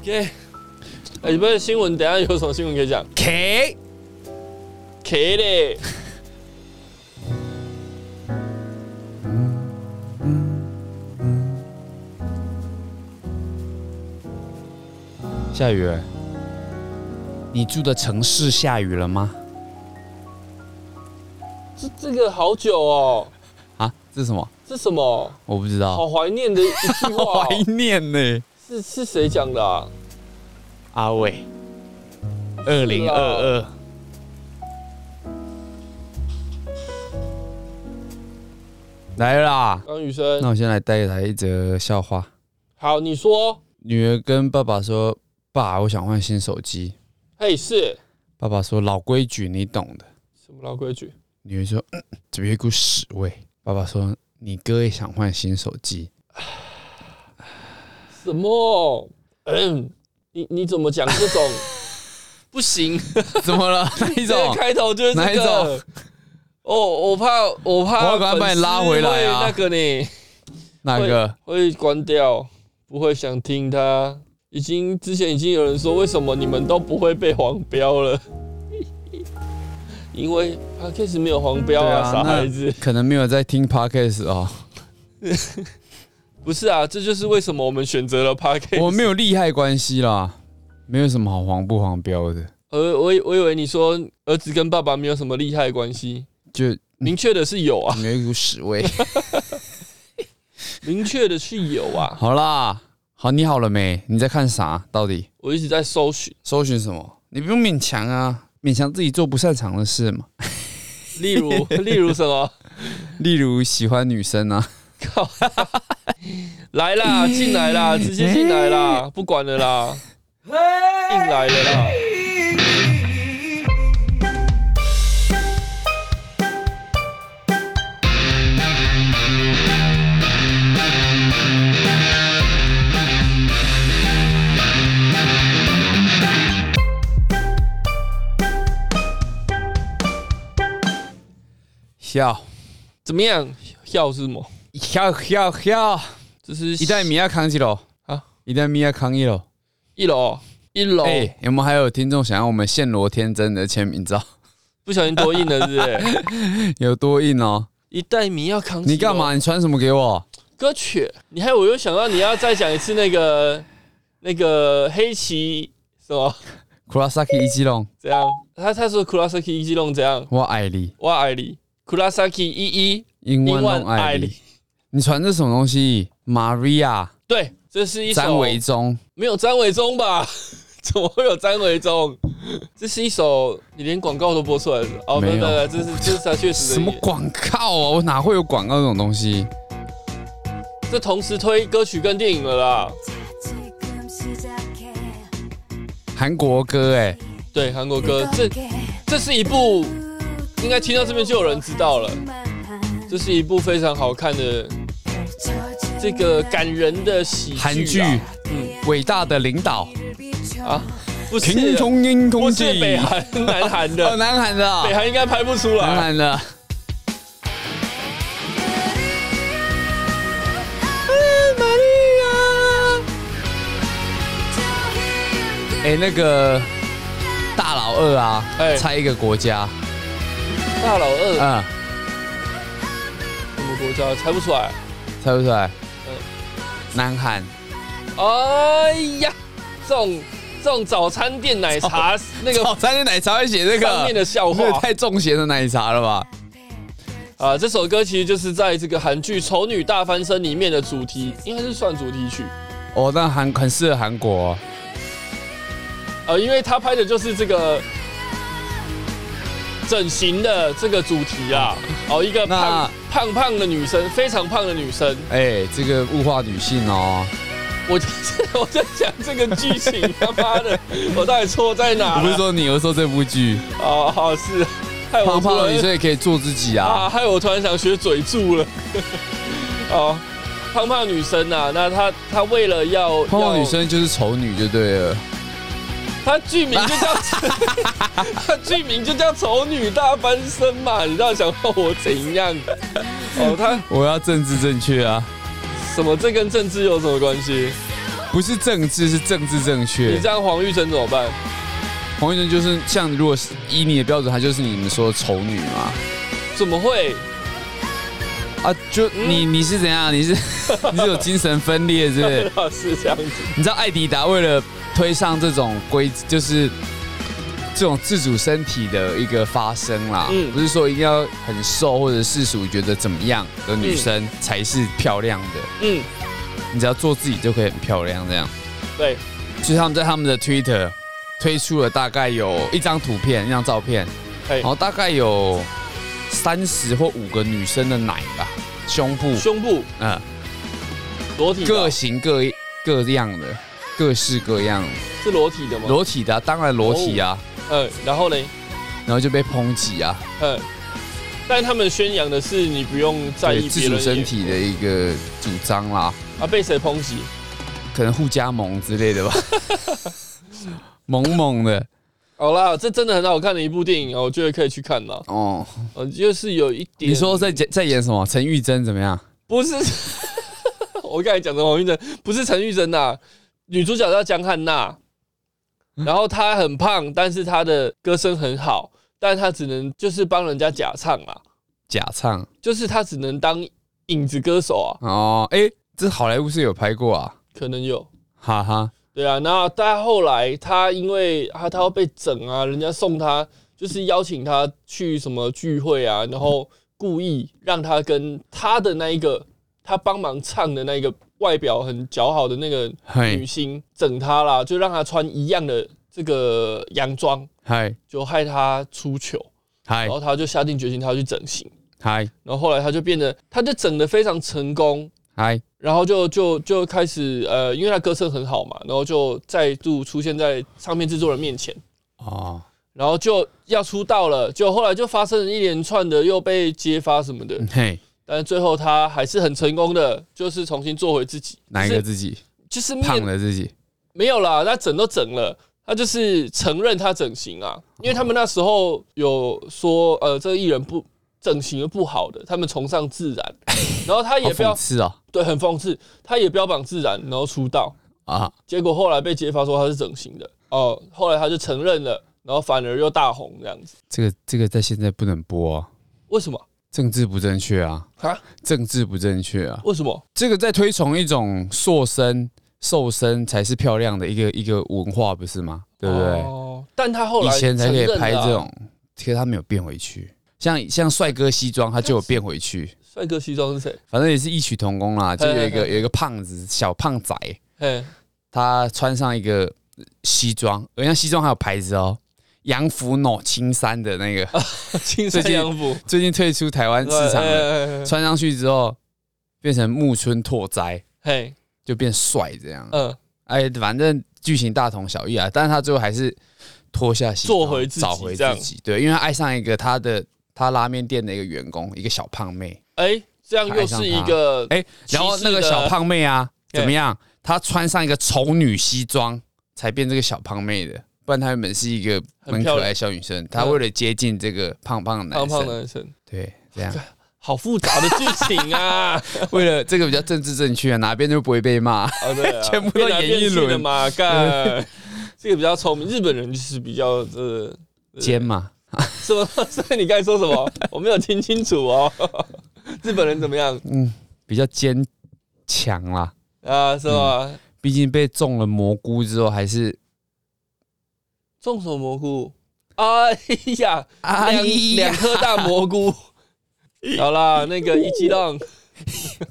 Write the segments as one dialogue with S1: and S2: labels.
S1: OK，哎、你不是新闻，等一下有什么新闻可以讲
S2: K，
S1: ？K 嘞，
S2: 下雨了。你住的城市下雨了吗？
S1: 这这个好久哦，
S2: 啊，这是什么？
S1: 这什么？
S2: 我不知道。
S1: 好怀念的一句话、
S2: 怀
S1: 哦，
S2: 念呢。
S1: 是是谁讲的、啊？
S2: 阿伟，二零二二。来啦！
S1: 刚雨生
S2: 那，我先来带来一则笑话。
S1: 好，你说，
S2: 女儿跟爸爸说：“爸，我想换新手机。
S1: 嘿，是”
S2: 爸爸说：“老规矩，你懂的。
S1: 什么老规矩？”
S2: 女儿说：“嗯，怎么有一股屎味？”爸爸说：“你哥也想换新手机。
S1: 什么？嗯，你你怎么讲这种？不行，”
S2: 怎么了？哪 一
S1: 这个
S2: 种？
S1: 开头就是这
S2: 哪一种
S1: 个。哦，我怕，我怕，
S2: 我要赶快把你拉回来啊
S1: 那个呢？
S2: 哪个？
S1: 会关掉，不会想听他。已经之前已经有人说，为什么你们都不会被黄标了？ 因为 p o d c a s 没有黄标啊，
S2: 对啊
S1: 傻
S2: 那
S1: 孩子。
S2: 可能没有在听 podcast 哦，
S1: 不是啊，这就是为什么我们选择了 p o d c a s
S2: 我没有利害关系啦，没有什么好黄不黄标的，
S1: 呃，我以我以为你说儿子跟爸爸没有什么利害关系，
S2: 就
S1: 明确的是 有啊，
S2: 有一股屎味。
S1: 明确的是有啊。
S2: 好啦，好，你好了没？你在看啥？到底
S1: 我一直在搜寻，
S2: 搜寻什么？你不用勉强啊，勉强自己做不擅长的事嘛，
S1: 例 如例如什么？
S2: 例如喜欢女 生啊。
S1: 靠！来啦，进来啦，直接进来啦，不管了 啦，进来了啦。
S2: 笑
S1: 怎么样？要是什么？
S2: 笑笑笑，
S1: 这是
S2: 一代米亚康一楼
S1: 啊，
S2: 一代米亚康一楼。
S1: 一楼，一楼、
S2: 哎、我们还有听众想要我们线罗天真的签名照，
S1: 不小心多印了，是不是？
S2: 有多硬哦？
S1: 一袋米要扛。
S2: 你干？嘛？你传什么给我？
S1: 歌曲？你还我又想到你要再讲一次那个那个黑棋什么？
S2: Kurasaki 一基隆，
S1: 怎样？他他说 Kurasaki 一基隆怎样？
S2: 我爱你，
S1: 我爱你，Kurasaki 一一
S2: 英
S1: 英
S2: 文
S1: 文
S2: 我
S1: 爱
S2: 爱
S1: 你
S2: 你。。你传这什么东西？Maria
S1: 对，这是一首
S2: 詹维忠，
S1: 没有张伟忠吧？ 怎么会有张伟忠？这是一首你连广告都播出来的哦，
S2: 没有
S1: 没有，这是这是他确实的
S2: 什么
S1: 意
S2: 广告啊？我哪会有广告这种东西？
S1: 这同时推歌曲跟电影了啦。
S3: 지금 시작해
S2: 韩国歌哎、
S1: 对，韩国歌，这这是一部，
S3: 应该听到这边就有人知道了。
S1: 这是一部非常好看的这
S3: 这
S1: 个
S3: 个
S1: 感
S3: 感嗯
S1: 人的喜
S2: 韩
S1: 剧
S2: 剧
S1: 啊
S2: 《伟大的领导》，
S1: 啊
S3: 啊，
S1: 不是
S2: 平中英
S1: 不
S2: 空
S1: 是
S2: 气，
S1: 北韩南韩
S2: 哦，
S1: 的，
S2: 南韩的啊，
S1: 北韩应该拍不出
S2: 南
S1: 来。
S2: 韩的，哎、那个大老二啊，
S1: 哎
S2: 猜一个国家，
S1: 大老二
S2: 嗯，
S1: 什么国家猜不出来？
S2: 猜不出来
S1: 嗯，
S2: 南韩。
S1: 哎呀，这种这种早餐店奶 茶
S2: 哦
S1: 那个
S2: 早餐店奶茶会写这个
S1: 上面的笑话
S2: 这也太重咸的奶茶了吧？
S1: 啊，这首歌其实就是在这个韩剧《丑女大翻身》里面的主题，应该是算主题曲
S2: 哦，但韩很适合韩国、哦
S1: 啊，因为他拍的就是这个整形的这个主题啊。哦，一个
S2: 嗯那
S1: 胖胖胖的女生，非常胖的女生，
S2: 哎、这个物化女性哦。
S1: 我就是 我在讲这个剧 情，他妈的，我到底错在哪
S2: 我
S1: 了？
S2: 不是说你，我是说这部剧，
S1: 哦，好是，害我
S2: 胖胖
S1: 突
S2: 的
S1: 然
S2: 女生也可以做自己啊。
S1: 啊，害我突然想学嘴柱了。哦，胖胖女生啊，那她她为了要
S2: 胖胖
S1: 要
S2: 女生就是丑女就对了。
S1: 他剧名就叫， 他剧名就叫《丑女大翻身》嘛，你到底想要我怎样？哦，他
S2: 我要政治正确啊！
S1: 什么？这跟政治有什么关系？
S2: 不是政治，是政治正
S1: 你
S2: 确
S1: 这。样黄玉珍怎么办？
S2: 黄玉珍就是像，如果是以你的标准，她就是你们说的丑女嘛。
S1: 怎么会？
S2: 啊，就你你是怎样？你是 你是有精神分裂是不是？
S1: 是这样子，
S2: 你知道艾迪达为了推上这种规，就是这种自主身体的一个发声啦，
S1: 嗯
S2: 不是说一定要很瘦或者世俗觉得怎么样的女生才是漂亮的，
S1: 嗯，
S2: 你只要做自己就可以很漂亮这样。
S1: 对，
S2: 所以他们在他们的 Twitter 推出了大概有一张图片、一张照片，
S1: 哎
S2: 然后大概有三十或五个女生的奶吧，胸部，
S1: 胸部
S2: 嗯，
S1: 裸体的
S2: 各型各各样的，各式各样的。
S1: 是裸体的吗？
S2: 裸体的啊、当然裸体啊，
S1: 嗯，然后嘞，
S2: 然后就被抨击啊，
S1: 嗯，但他们宣扬的是你不用在
S2: 对
S1: 意
S2: 自
S1: 别
S2: 主
S1: 人
S2: 身
S1: 眼
S2: 体的一个主张啦，
S1: 啊，被谁抨击？
S2: 可能互加盟之类的 吧，萌萌的
S1: 好啦，这真的很好看的一部电影啊，我觉得可以去看啦。
S2: 哦。
S1: 嗯，就是有一点，
S2: 你说在演在演什么？陈玉珍怎么样？
S1: 不是？ 我刚才讲的王玉珍不是陈玉珍呐，女主角叫江汉娜，然后她很胖，但是她的歌声很好，但她只能就是帮人家假唱啊，
S2: 假唱
S1: 就是她只能当影子歌手啊，
S2: 哦，哎、这好莱坞是有拍过啊，
S1: 可能有。
S2: 哈哈，
S1: 对啊，那但后来他因为啊他要被整啊，人家送他就是邀请他去什么聚会啊，然后故意让他跟他的那一个他帮忙唱的那一个外表很姣好的那个女
S2: 嘿
S1: 星整他啦，就让他穿一样的这个洋装，
S2: 嗨
S1: 就害他出糗，
S2: 嗨
S1: 然后他就下定决心他要去整形，
S2: 嗨
S1: 然后后来他就变得他就整的非常成功，
S2: 嗨，
S1: 然后就就就开始呃，因为他歌声很好嘛，然后就再度出现在唱片制作人面前，
S2: 哦，
S1: 然后就要出道了，就后来就发生了一连串的又被揭发什么的，
S2: 嗯嘿，
S1: 但是最后他还是很成功的，就是重新做回自己。
S2: 哪一
S1: 就
S2: 个
S1: 是？
S2: 自己
S1: 就是
S2: 胖
S1: 面
S2: 了自己？
S1: 没有啦，他整都整了。他就是承认他整形啊，因为他们那时候有说，呃，这个艺人不整形不好的，他们崇尚自 然，然后他
S2: 好
S1: 也
S2: 讽
S1: 标
S2: 刺哦，
S1: 对很讽刺，他也标榜自然，然后出道，
S2: 啊，
S1: 结果后来被揭发说他是整形的哦，后来他就承认了，然后反而又大红这样子，
S2: 这个这个在现在不能播、哦，
S1: 为什么
S2: 政治不正确啊。
S1: 啊？
S2: 政治不正确啊！
S1: 为什么？
S2: 这个在推崇一种塑身、瘦身才是漂亮的一个一个文化，不是吗？对不对？
S1: 哦，但他后来
S2: 以前才可以
S1: 承认了啊
S2: 拍这种，其实他没有变回去。像像帅哥西装，他就有变回去，
S1: 帅哥西装是谁？
S2: 反正也是异曲同工啦。就有一个
S1: 嘿嘿
S2: 有一个胖子小胖仔，
S1: 嘿，
S2: 他穿上一个西装，而且西装还有牌子哦，洋服 no 青山 的那个，
S1: 青山
S2: 最近
S1: 洋服
S2: 最近退出台湾市场了，
S1: 了
S2: 穿上去之后变成木村拓哉，
S1: 嘿，
S2: 就变帅这样。
S1: 嗯，
S2: 哎，反正剧情大同小异啊，但是他最后还是脱下西装
S1: 做回自己
S2: 找回
S1: 这
S2: 自
S1: 样
S2: 己，对，因为他爱上一个他的他拉面店的一个员工，一个小胖妹，
S1: 哎，这样又是一个
S2: 哎，然后那个小胖妹啊，
S1: 对
S2: 怎么样？她穿上一个丑女西装才变这个小胖妹的，不然她原本是一个
S1: 很
S2: 很
S1: 漂
S2: 可
S1: 亮
S2: 爱的小女生，她为了接近这个胖胖的男
S1: 胖
S2: 生，
S1: 胖的男生，
S2: 对，这样
S1: 好复杂的剧情 啊！
S2: 为了这个比较政治正确啊，哪边都不会被骂，
S1: 哦，对啊，
S2: 全部都
S1: 变来
S2: 演一
S1: 变去
S2: 轮
S1: 的嘛，干，这个比较聪明，日本人就是比较呃。
S2: 尖嘛，
S1: 什么？ 所以你刚才说什 么？我没有听清楚哦。日本人怎么样
S2: 比较坚强啦。
S1: 啊？是吧？
S2: 毕竟被中了蘑菇之后，还是
S1: 众手蘑菇，哎呀，
S2: 哎
S1: 两两颗大蘑 菇。好啦，那个一激动，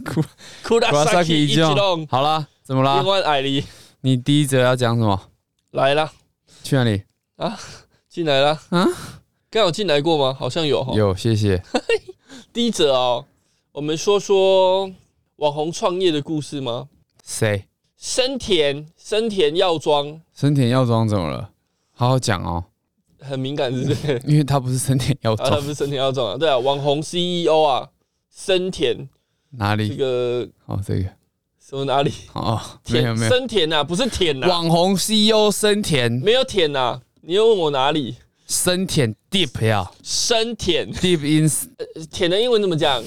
S2: 库
S1: 库拉萨基一激动，
S2: 好啦，怎么啦
S1: 另？外矮梨
S2: 你第一则要讲什么？
S1: 来啦，
S2: 去哪里？
S1: 进来啦。
S2: 啊
S1: 啊，刚有进来过吗？好像有哈。
S2: 有，谢谢。
S1: 第一则哦，我们说说网红创业的故事吗？
S2: 谁？
S1: 生田生田药妆
S2: 森田药妆怎么了？好好讲哦，
S1: 很敏感，是不 是？
S2: 因为他不是森田药
S1: 啊，他
S2: 妆
S1: 不，是森田耀壮啊，对啊，网红 CEO 啊，森田
S2: 哪
S1: 这
S2: 里？
S1: 个
S2: 哦，这个
S1: 什么哪里
S2: 哦， 没有
S1: 田
S2: 没有。
S1: 森田啊，不是田呐、啊，
S2: 网红 CEO 森田，
S1: 没有田呐、啊，你又问我哪里？
S2: 森田 Deep 呀
S1: 生田，
S2: ，Deep in
S1: 田的英文怎么讲？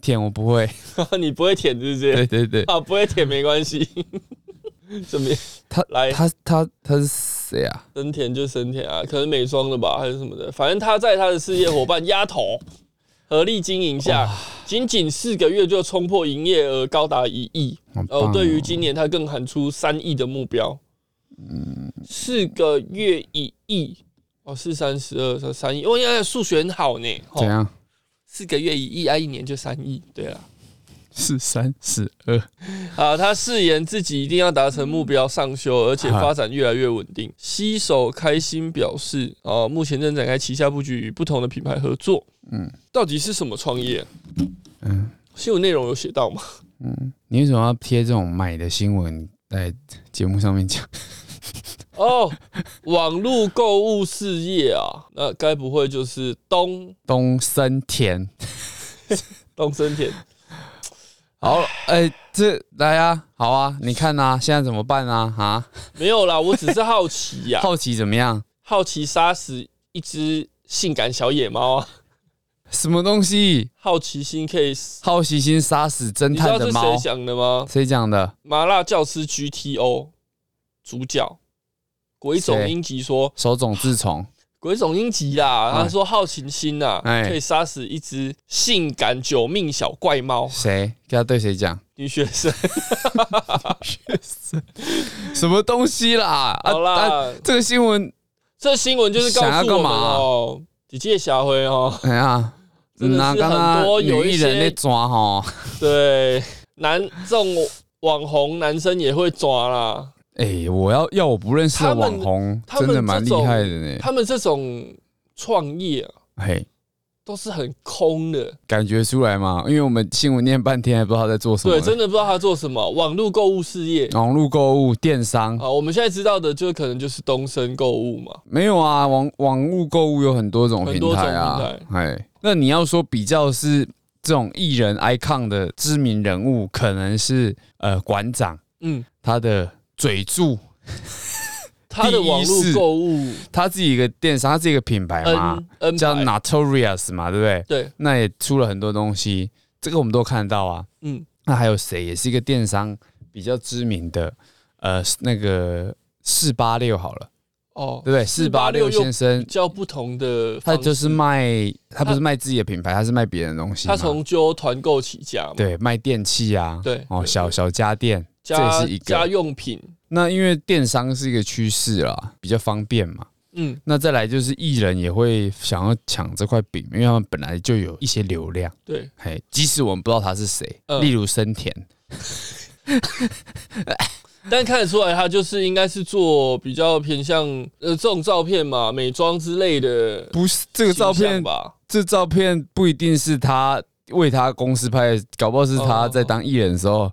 S2: 田我不会。
S1: 你不会舔是不是？
S2: 对对对，
S1: 啊，不会舔没关系。 怎么样
S2: 他
S1: 来
S2: 他他他是谁啊？
S1: 森田就森田啊，可能美妆的吧，还是什么的，反正他在他的事业伙伴丫头合力经营下，仅仅四个月就冲破营业额高达一亿。
S2: 好棒
S1: 哦，对于今年他更喊出三亿的目标，
S2: 嗯
S1: 四个月一亿，哦，四三十二，三三亿，哦，现在数学很好呢，哦
S2: 怎，样？
S1: 四个月一亿，啊，一年就三亿，对啊啦。
S2: 四三十二，
S1: 啊，他誓言自己一定要达成目标上修，而
S2: 啊
S1: 且发展越来越稳定。西手开心表示，哦，目前正展开旗下布局与不同的品牌合作。嗯
S2: 嗯，
S1: 到底是什么创业？
S2: 嗯
S1: 新闻内容有写到吗？
S2: 嗯，你为什么要贴这种买的新闻在节目上面讲？
S1: 哦，网络购物事业啊，那该不会就是东
S2: 东森田，
S1: 东森田？
S2: 好，哎、这来啊，好啊，你看啊，现在怎么办啊？啊，
S1: 没有啦，我只是好奇呀、
S2: 好奇怎么样？
S1: 好奇杀死一只性感小野猫啊，
S2: 什么东西？
S1: 好奇心可以死。
S2: 好奇心杀死侦
S1: 你知
S2: 探
S1: 道
S2: 的
S1: 是
S2: 猫
S1: 谁？想的吗？
S2: 谁讲的？
S1: 麻辣教师 GTO 主角鬼冢
S2: 谁
S1: 英吉说
S2: 手冢治虫。：“
S1: 鬼冢英吉啦，
S2: 哎
S1: 他说好奇心呐、
S2: 哎
S1: 可以杀死一只性感九命小怪 猫
S2: 谁？要对谁讲？
S1: 女学生。
S2: 什么东西啦？啊
S1: 好啦
S2: 啊这个新闻，
S1: 这新闻就是告
S2: 想要
S1: 诉
S2: 干
S1: 我们
S2: 嘛啊
S1: 哦，几届霞辉 哦，
S2: 哎呀，
S1: 真的是很多
S2: 刚
S1: 有
S2: 女
S1: 一
S2: 艺
S1: 些
S2: 人在抓吼，
S1: 对，男这种网红男生也会抓啦。
S2: 哎，我要要我不认识的网红，
S1: 他们
S2: 真的蛮厉害的呢。
S1: 他们这种创业、啊、
S2: 嘿，
S1: 都是很空的，
S2: 感觉出来嘛？因为我们新闻念半天，还不知道他在做什么
S1: 对，。真的不知道他做什么。网络购物事业
S2: 网络购物、电商
S1: 啊，我们现在知道的就可能就是东升购物嘛。”
S2: 没有啊？网网络购物有很多种
S1: 很
S2: 平
S1: 多种
S2: 台啊。哎，那你要说比较是这种艺人 icon 的知名人物，可能是呃馆长
S1: 嗯，
S2: 他的嘴柱。
S1: 他的网络购物
S2: 他自己一个电商，他自己一个品牌嘛
S1: N，N
S2: 叫
S1: 牌
S2: Notorious 嘛，对不对？
S1: 对，
S2: 那也出了很多东西，这个我们都看得到啊。
S1: 嗯，
S2: 那还有谁也是一个电商比较知名的？呃，那个四八六好了，
S1: 哦
S2: 对，不对？四八
S1: 486
S2: 六先生，
S1: 叫不同的方
S2: 他
S1: 式，
S2: 就是卖，他不是卖自己的品牌，他是卖别人的东西嘛。
S1: 呃他从揪团购起家嘛，
S2: 对卖电器啊，
S1: 对
S2: 哦，
S1: 对
S2: 小小家电，这也
S1: 家
S2: 是一
S1: 家
S2: 个。
S1: 用品，
S2: 那因为电商是一个趋势啦，比较方便嘛。
S1: 嗯，
S2: 那再来就是艺人也会想要抢这块饼，因为他们本来就有一些流量，
S1: 对，
S2: 嘿，即使我们不知道他是谁，
S1: 嗯
S2: 例如森田，
S1: 但看得出来他就是应该是做比较偏向呃这种照片嘛，美妆之类的
S2: 不是这个照
S1: 形
S2: 片
S1: 象，吧，
S2: 这照片不一定是他为他公司拍的，搞不好是他在当艺人的时候，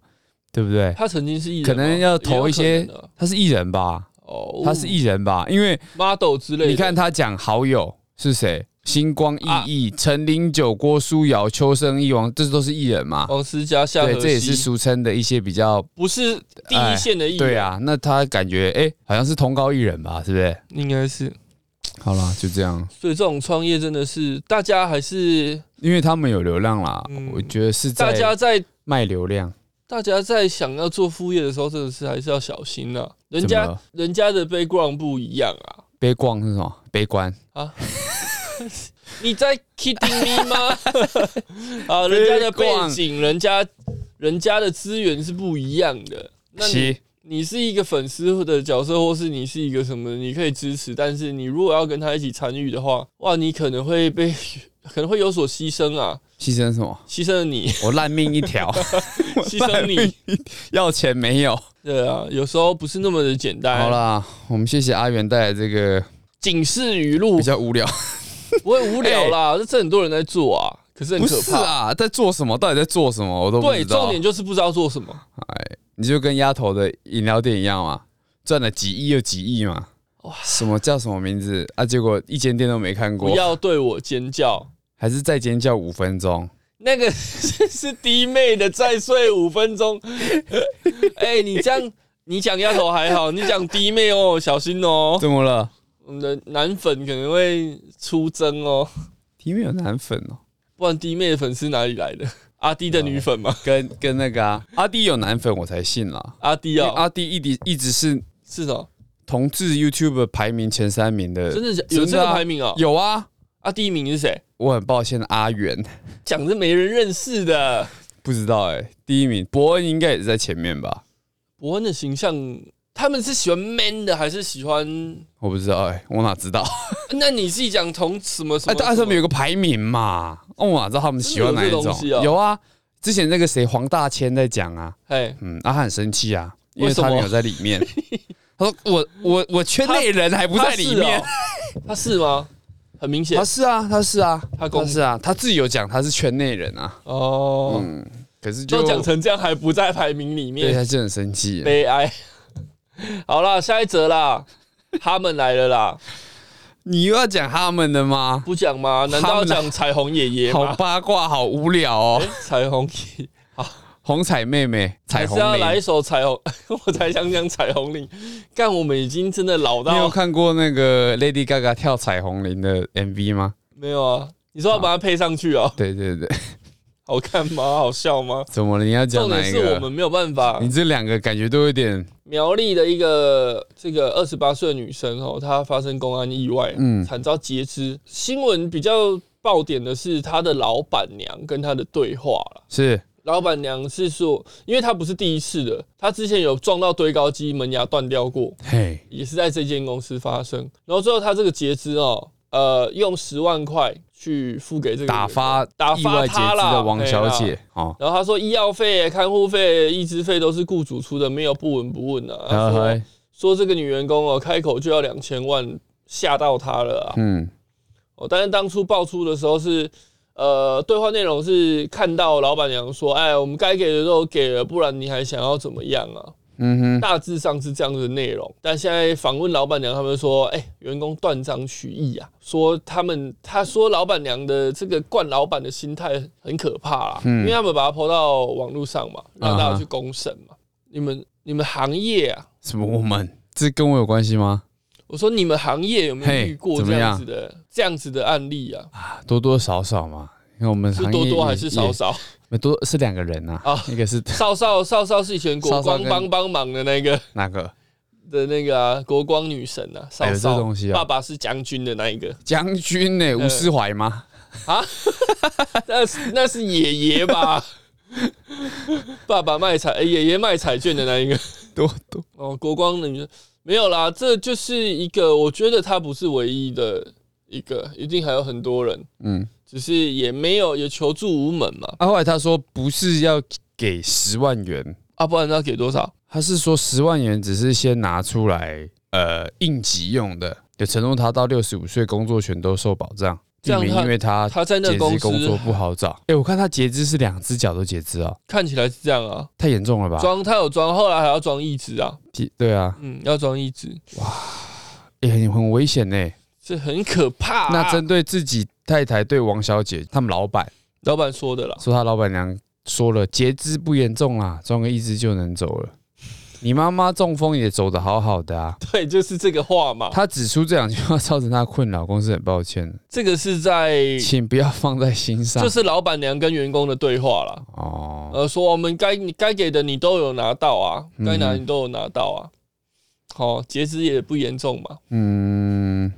S2: 对不对？
S1: 哦他曾经是艺人嘛，
S2: 可能要投
S1: 也
S2: 一些
S1: 有可能啊，
S2: 他是艺人吧，
S1: 哦，
S2: 他是艺人吧，因为
S1: model 之类的，
S2: 你看他讲好友是谁，星光熠熠、
S1: 啊
S2: 陈零九、郭书瑶、秋生一王，这都是艺人嘛。
S1: 王思佳、夏
S2: 对，
S1: 荷
S2: 这也
S1: 西，
S2: 是俗称的一些比较
S1: 不是第一
S2: 哎
S1: 线的艺人，
S2: 对，啊，那他感觉哎、好像是通告艺人吧，是不是？
S1: 应该是。
S2: 好啦，就这样，
S1: 所以这种创业真的是大家还是
S2: 因为他们有流量啦，
S1: 嗯
S2: 我觉得是在
S1: 大家在
S2: 卖流量，
S1: 大家在想要做副业的时候，真的是还是要小心啊。人
S2: 怎么
S1: 家
S2: 了
S1: 人家的 background 不一样啊
S2: 悲观是什么？悲观，
S1: 啊！你在 kidding me 吗？ 啊，人家的背
S2: background
S1: 景，人家人家的资源是不一样的。那你
S2: 七
S1: 你是一个粉丝的角色，或是你是一个什么，你可以支持，但是你如果要跟他一起参与的话，哇，你可能会被 可能会有所牺牲啊，
S2: 牺牲什么？
S1: 牺牲了 你，
S2: 我烂命一条，
S1: 牺牲你。
S2: 要钱没有。
S1: 对啊，有时候不是那么的简单。
S2: 好，啦，我们谢谢阿元带来这个
S1: 警示语录
S2: 比较无聊，
S1: 不会无聊啦，这这很多人在做啊，可是很
S2: 不
S1: 可
S2: 是
S1: 怕。
S2: 啊，在做什么？到底在做什么？我都不
S1: 对，
S2: 知道。
S1: 重点就是不知道做什么。
S2: 你就跟丫头的饮料店一样嘛，赚了几亿又几亿嘛，
S1: 哇
S2: 什么叫什么名字啊？结果一间店都没看
S1: 不
S2: 过，
S1: 要对我尖叫，
S2: 还是再尖叫五分钟。
S1: 那个 是是弟妹的，再睡五分钟。 哎、你这样，你讲丫头还好，你讲弟妹哦，小心哦，
S2: 怎么了？
S1: 我们的男粉可能会出征哦，
S2: 里面有男粉哦。
S1: 不然弟妹的粉丝哪里来的？阿迪的女粉嘛，
S2: 跟跟那个啊，阿弟有男粉我才信啦。
S1: 阿迪
S2: 因为
S1: 啊、
S2: 阿弟一直一直是
S1: 是哦，
S2: 同志 YouTube 排名前三名的，
S1: 真的假有这个
S2: 啊
S1: 排名哦
S2: 有啊，
S1: 啊，第一名是谁？
S2: 我很抱歉，阿元
S1: 讲这没人认识的。
S2: 不知道哎、第一名伯恩应该也是在前面吧？
S1: 伯恩的形象，他们是喜欢 man 的，还是喜欢？
S2: 我不知道哎、我哪知道？
S1: 那你自己讲从什么什
S2: 哎，
S1: 么？
S2: 大家上面
S1: 有
S2: 有个排名嘛，哦，我哪知道他们喜欢哪一
S1: 真的有这
S2: 种
S1: 东西啊？
S2: 有啊，之前那个谁黄大千在讲啊，
S1: 哎，
S2: 嗯，啊、他很生气啊，因
S1: 为
S2: 为
S1: 什么
S2: 他没有在里 面。他说我我我圈内人还不在里面，
S1: 他是哦，他是吗？很明显
S2: 他是啊他是啊
S1: 他公
S2: 他是啊，他自己有讲他是圈内人啊，
S1: 哦，
S2: 嗯，可是就
S1: 都讲成这样还不在排名里
S2: 对，
S1: 面，
S2: 他就很生气耶。
S1: 悲哀。好啦，下一则啦，他们来了啦，
S2: 你又要讲他们的吗？
S1: 不讲吗？难道要
S2: 他
S1: 讲彩虹爷爷
S2: 好
S1: 吗？
S2: 八卦，好无聊哦
S1: 哎。彩虹爷
S2: 红彩妹妹，彩
S1: 还
S2: 虹
S1: 是要来一
S2: 领。
S1: 首彩虹， 我才想讲彩虹领。干，我们已经真的老
S2: 你有
S1: 到
S2: 看过那个 Lady Gaga 跳彩虹铃的 MV 吗？
S1: 没有啊？你说要把它配上去哦？
S2: 对对对，
S1: 好看吗？好笑吗？
S2: 怎么了？你要讲
S1: 重
S2: 哪
S1: 点
S2: 一
S1: 是我
S2: 个
S1: 们？没有办法
S2: 你。这两个感觉都有点，
S1: 苗栗的一个这个二十八岁的女生哦，她发生公安意外，
S2: 嗯
S1: 惨遭截肢。新闻比较爆点的是她的老板娘跟她的对话了。
S2: 是
S1: 老板娘是说，因为她不是第一次的，她之前有撞到堆高机，门牙断掉过。
S2: 嘿，
S1: 也是在这间公司发生。然后最后他这个截肢哦，呃，用十万块去付给这个
S2: 打发
S1: 打
S2: 意
S1: 发
S2: 外截
S1: 他
S2: 肢
S1: 啦
S2: 的王小。
S1: 嘿啦
S2: 姐哦，
S1: 然后他说医药费、看护费、医资费都是雇主出的，没有不闻不问的、啊。他
S2: 呵
S1: 说
S2: 呵
S1: 说这个女员工哦，开口就要两千万，吓到他了啊。
S2: 嗯，
S1: 哦，但是当初爆出的时候是。呃，对话内容是看到老板娘说：“哎，我们该给的都给了，不然你还想要怎么样啊？”
S2: 嗯哼，
S1: 大致上是这样的内容。但现在访问老板娘，他们说，哎、员工断章取义啊，说他们他说老板娘的这个惯老板的心态很可怕啦，
S2: 嗯
S1: 因为他们把它抛到网络上嘛，让大
S2: 啊
S1: 家
S2: 哈
S1: 去公审嘛。你们你们行业啊，
S2: 什么我们？这跟我有关系吗？
S1: 我说你们行业有没有
S2: 嘿
S1: 遇过
S2: 啊怎
S1: 这
S2: 么
S1: 样
S2: 样
S1: 子的这样子的案例啊？
S2: 多多少少嘛，因为我们
S1: 是
S2: 行业
S1: 多多还
S2: 也
S1: 是少？少？
S2: 也多是两个人呐
S1: 啊，
S2: 一个是
S1: 少少少少是以前国
S2: 少少
S1: 光
S2: 跟
S1: 帮帮忙的那个
S2: 哪个？
S1: 的那个啊，国光女神啊，
S2: 哎
S1: 少
S2: 有这
S1: 少
S2: 东西啊
S1: 爸爸是将军的那一个。
S2: 将军呢？吴思怀吗？
S1: 嗯那是那是爷爷吧？ 爸爸卖彩，诶爷爷卖彩券的那一个
S2: 多多
S1: 哦，国光的女生没有啦，这就是一个，我觉得他不是唯一的一个，一定还有很多人，
S2: 嗯，
S1: 只是也没有也求助无门嘛。
S2: 啊，后来他说不是要给十万元，
S1: 啊，不然要给多少？
S2: 他是说十万元只是先拿出来，呃，应急用的，就承诺他到六十五岁工作权都受保障，
S1: 这样
S2: 避免
S1: 他
S2: 因为他
S1: 他在那个
S2: 截
S1: 公
S2: 肢
S1: 司啊
S2: 工作不好找。哎、我看他截肢是两只脚都截肢啊，
S1: 看起来是这样啊，
S2: 太严重了吧？
S1: 装他有装，后来还要装义肢啊，
S2: 提对啊，
S1: 嗯，要装义肢，
S2: 也、很很危险呢、
S1: 这很可怕、啊。
S2: 那针对自己太太对王小姐他们老板
S1: 老板说的啦，
S2: 说，他老板娘说了，截肢不严重啦，装个义肢就能走了。你妈妈中风也走得好好 的啊。
S1: 对，就是这个话嘛。
S2: 他指出这两句话造成他的困扰，公司很抱歉的，
S1: 这个是在
S2: 请不要放在心上。
S1: 就是老板娘跟员工的对话啦。
S2: 哦，
S1: 呃，说我们该你该给的你都有拿到啊，
S2: 嗯
S1: 该拿的你都有拿到啊。好、截肢也不严重嘛，
S2: 嗯，